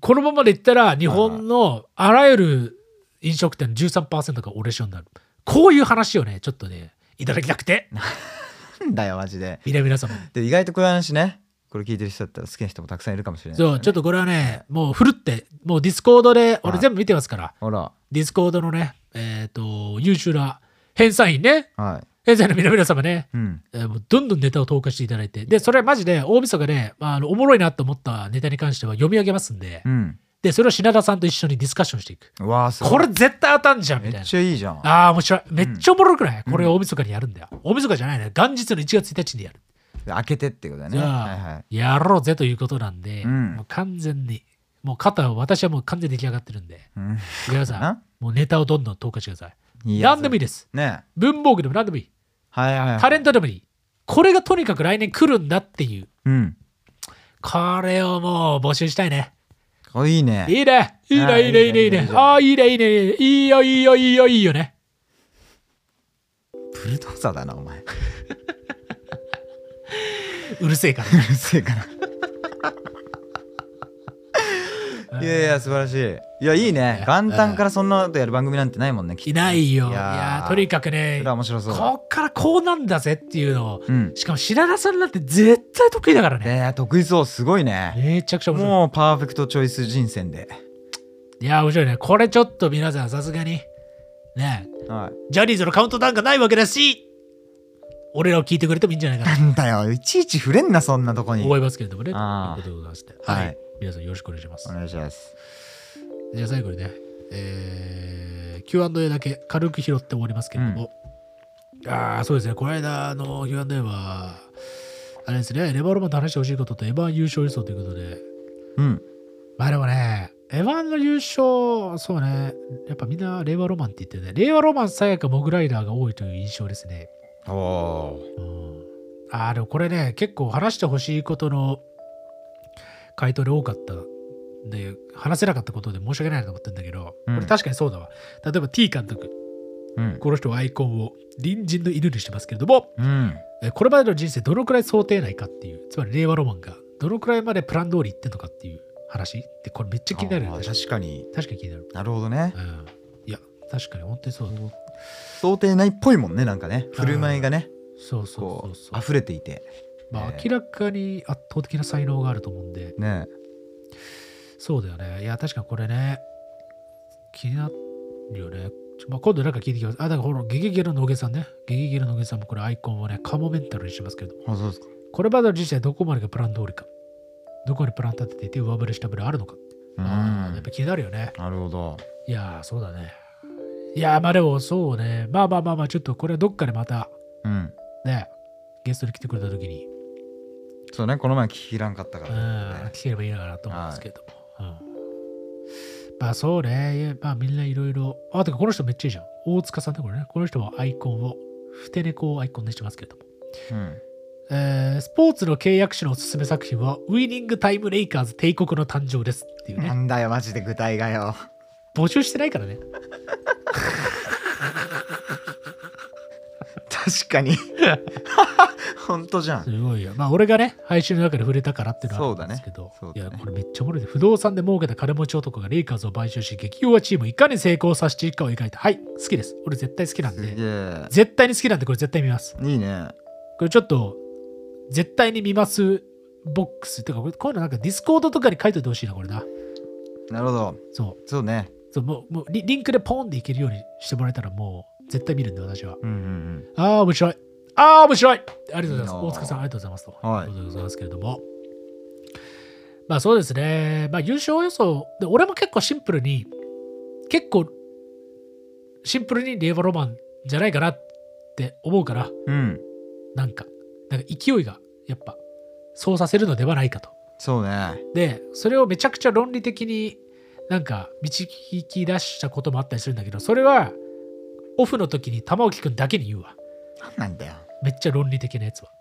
Speaker 1: このままでいったら、日本のあらゆる飲食店の13%が俺塩になる。こういう話をね、ちょっとね、いただきたくて、
Speaker 2: なんだよマジで
Speaker 1: みんな皆さんも。
Speaker 2: で意外とこういう話ねこれ聞いてる人だったら好きな人もたくさんいるかもしれない
Speaker 1: そう、ちょっとこれはね、もうふるって、もうディスコードで、俺
Speaker 2: はい
Speaker 1: 全部見てますから、
Speaker 2: ほら
Speaker 1: ディスコードのね、えっ、と、優秀な編纂員ね、
Speaker 2: はい
Speaker 1: 編纂員の皆々様ね、
Speaker 2: うん
Speaker 1: えーもうどんどんネタを投下していただいて、で、それマジで大晦日で、まあ、あのおもろいなと思ったネタに関しては読み上げますんで、
Speaker 2: うん
Speaker 1: で、それを品田さんと一緒にディスカッションしていく。
Speaker 2: うわあすごい
Speaker 1: これ絶対当たんじゃんみた
Speaker 2: め
Speaker 1: いな。
Speaker 2: っちゃいいじゃん
Speaker 1: ああ、面白い。めっちゃおもろくない、これを大晦日にやるんだよ。大晦日じゃないね。元日の1月1日にやる。
Speaker 2: 開けてってことだね
Speaker 1: じゃあ、
Speaker 2: はいはい
Speaker 1: やろうぜということなんで、
Speaker 2: うん
Speaker 1: もう完全に、もう肩を私はもう完全に出来上がってるんで、
Speaker 2: うん
Speaker 1: 皆さん
Speaker 2: な、
Speaker 1: もうネタをどんどん投下してください。
Speaker 2: いや
Speaker 1: 何でもいいです。
Speaker 2: ね
Speaker 1: 文房具でも何でもいい。
Speaker 2: はいはいはい
Speaker 1: タレントでもいい。これがとにかく来年来るんだっていう。
Speaker 2: うん
Speaker 1: これをもう募集したいね。
Speaker 2: これいいね
Speaker 1: いいね。いい
Speaker 2: ああ
Speaker 1: ね、いいね、いいね、いい
Speaker 2: いい
Speaker 1: ね
Speaker 2: ね。
Speaker 1: ああ、いいね、いいね、いいね。いいよ、いいよ、いいよ、いいよね。
Speaker 2: ブルドーザーだなお前う
Speaker 1: うるせえから。
Speaker 2: るせえから いやいや素晴らしいいやいいね元旦からそんなことやる番組なんてないもんねきっ
Speaker 1: い
Speaker 2: と
Speaker 1: ないよ。い
Speaker 2: いやー
Speaker 1: やーとにかくね
Speaker 2: それ、は面白そう
Speaker 1: こっからこうなんだぜっていうのを、
Speaker 2: うん
Speaker 1: しかも白田さんなんて絶対得意だからね。
Speaker 2: ね得意そうすごいね
Speaker 1: めちゃくちゃ面白い。
Speaker 2: もうパーフェクトチョイス人選で
Speaker 1: いやー、面白いね。これちょっと皆さん、さすがに。ね
Speaker 2: は
Speaker 1: ジャニーズのカウントダウンがないわけだし、俺らを聞いてくれてもいいんじゃないかない
Speaker 2: なんだよいちいち触れんなそんなとこに
Speaker 1: 思いますけれどもね。という
Speaker 2: あー
Speaker 1: ことでございまして。は。
Speaker 2: はいい
Speaker 1: 皆さんよろしくお願いします
Speaker 2: お。願いします
Speaker 1: じゃあ最後にね、えー Q&A だけ軽く拾って終わりますけれども、ああ、そうですね、この間の Q&A は、あれですね、レバーロマンと話してほしいことと、エヴァン優勝予想ということで、
Speaker 2: うん
Speaker 1: まあでもね、エヴァンの優勝、そうね、やっぱみんな令和ロマンって言ってるね、令和ロマン、さやか、モグライダーが多いという印象ですね。
Speaker 2: おおー
Speaker 1: うん、ああ、でもこれね、結構話してほしいことの回答で多かった。で、話せなかったことで申し訳ないなと思ってるんだけど、
Speaker 2: うん
Speaker 1: これ確かにそうだわ。例えば T 監督、
Speaker 2: うん
Speaker 1: この人はアイコンを隣人の犬にしてますけれども、
Speaker 2: うん
Speaker 1: えこれまでの人生どのくらい想定内かっていう、つまり令和ロマンがどのくらいまでプラン通り行ってんのかっていう話って、これめっちゃ気になるよ
Speaker 2: あ
Speaker 1: ね。
Speaker 2: ー
Speaker 1: 確
Speaker 2: 確かに
Speaker 1: かに気になる。
Speaker 2: なるほどね
Speaker 1: うん、いや、確かに本当にそうだと思う。
Speaker 2: 想定内っぽいもんねなんかね振る舞いがね
Speaker 1: そうそう
Speaker 2: こ
Speaker 1: そう
Speaker 2: う
Speaker 1: そう。
Speaker 2: 溢れていて
Speaker 1: まあ
Speaker 2: え、ー
Speaker 1: 明らかに圧倒的な才能があると思うんで、
Speaker 2: ね
Speaker 1: そうだよね。いや、確かにこれね、気になるよね。ちょまあ、今度なんか聞いてきます。あ、だからほら、ゲゲゲの野毛さんね。ゲゲゲの野毛さんもこれアイコンをね、カモメンタルにしてますけど、
Speaker 2: あそうですか
Speaker 1: これまでの人生どこまでがプラン通りか。どこにプラン立てていて上振れ下振れあるのか。
Speaker 2: うん
Speaker 1: あーやっぱ気になるよね。
Speaker 2: なるほど
Speaker 1: いやー、そうだね。いやー、まあでもそうね。まあまあまあまあ、ちょっとこれはどっかでまた、
Speaker 2: うん
Speaker 1: ね、ゲストに来てくれた時に、
Speaker 2: そうねこの前聞ききらんかったか
Speaker 1: うん
Speaker 2: ら、
Speaker 1: 聞ければいいのかなと思うんですけども。うん、まあそうね、いやまあみんないろいろ。あ、てかこの人めっちゃいいじゃん。大塚さんね、これね。この人はアイコンを、ふて猫をアイコンにしてますけれども。
Speaker 2: うん
Speaker 1: えースポーツの契約書のおすすめ作品は、ウィニングタイムレイカーズ帝国の誕生ですっていう
Speaker 2: な
Speaker 1: ね。
Speaker 2: んだよマジで具体がよ
Speaker 1: 募集してないからね。
Speaker 2: 確かに 本当じゃん
Speaker 1: すごいよ。まあ俺がね、配信の中で触れたからっていうのはあるんですけど、
Speaker 2: そうだねそうだね
Speaker 1: いや、これめっちゃおもろいです。不動産で儲けた金持ち男がレイカーズを買収し、激弱チームをいかに成功させていくかを描いた。はい、好きです。俺絶対好きなん
Speaker 2: す
Speaker 1: で
Speaker 2: げ。え
Speaker 1: 絶対に好きなんでこれ絶対見ます。
Speaker 2: いいね
Speaker 1: これちょっと、絶対に見ますボックス。てか、これこういうのなんかディスコードとかに書いといてほしいな、これな。
Speaker 2: なるほど
Speaker 1: そ
Speaker 2: そうね
Speaker 1: う。そうもうもうリリンクでポンでいけるようにしてもらえたらもう絶対見るんで、私は。
Speaker 2: うんうん
Speaker 1: ああ、面白い。ああ、面白い。ありがとうござい
Speaker 2: いい
Speaker 1: ま
Speaker 2: な
Speaker 1: す。
Speaker 2: あ
Speaker 1: 大塚さん、ありがとうございます。と
Speaker 2: はい
Speaker 1: ということでございますけれども。まあそうですね。まあ優勝予想で、俺も結構シンプルに、結構シンプルに令和ロマンじゃないかなって思うから。
Speaker 2: うんうん
Speaker 1: なんか、なんか勢いがやっぱそうさせるのではないかと。
Speaker 2: そうね
Speaker 1: で、それをめちゃくちゃ論理的になんか導き出したこともあったりするんだけど、それはオフの時に玉置くんだけに言うわ。
Speaker 2: なんなんだよ
Speaker 1: めっちゃ論理的なやつは。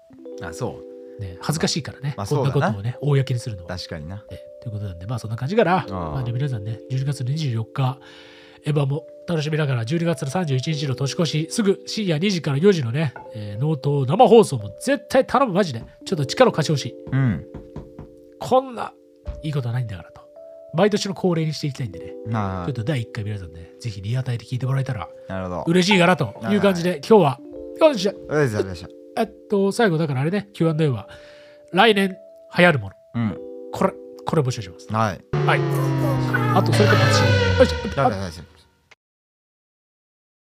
Speaker 2: あそう
Speaker 1: ね、恥ずかしいからね、
Speaker 2: まあ
Speaker 1: こんなこ
Speaker 2: そう
Speaker 1: と
Speaker 2: だな
Speaker 1: をね、公にするのは。
Speaker 2: 確かにな
Speaker 1: ねということなんで、まあそんな感じから、まあね、皆さんね、12月の24日、エヴァも楽しみながら、12月の31日の年越し、すぐ深夜2時から4時のね、えー、ノート生放送も絶対頼む、マジで。ちょっと力を貸してほしい。
Speaker 2: うん
Speaker 1: こんないいことはないんだからと。毎年の恒例にしていきたいんでね。
Speaker 2: な
Speaker 1: ちょっと第1回皆さんね、ぜひリアタイで聞いてもらえたら
Speaker 2: なるほど
Speaker 1: 嬉しいかなという感じで、今日は、よし
Speaker 2: うれしいでしょ
Speaker 1: えっと、最後だからあれね、Q&A は、来年流行るもの。
Speaker 2: うん
Speaker 1: これ、これ募集します。
Speaker 2: はい
Speaker 1: はい。あと、それとも私、よし
Speaker 2: だ
Speaker 1: あ
Speaker 2: から大丈夫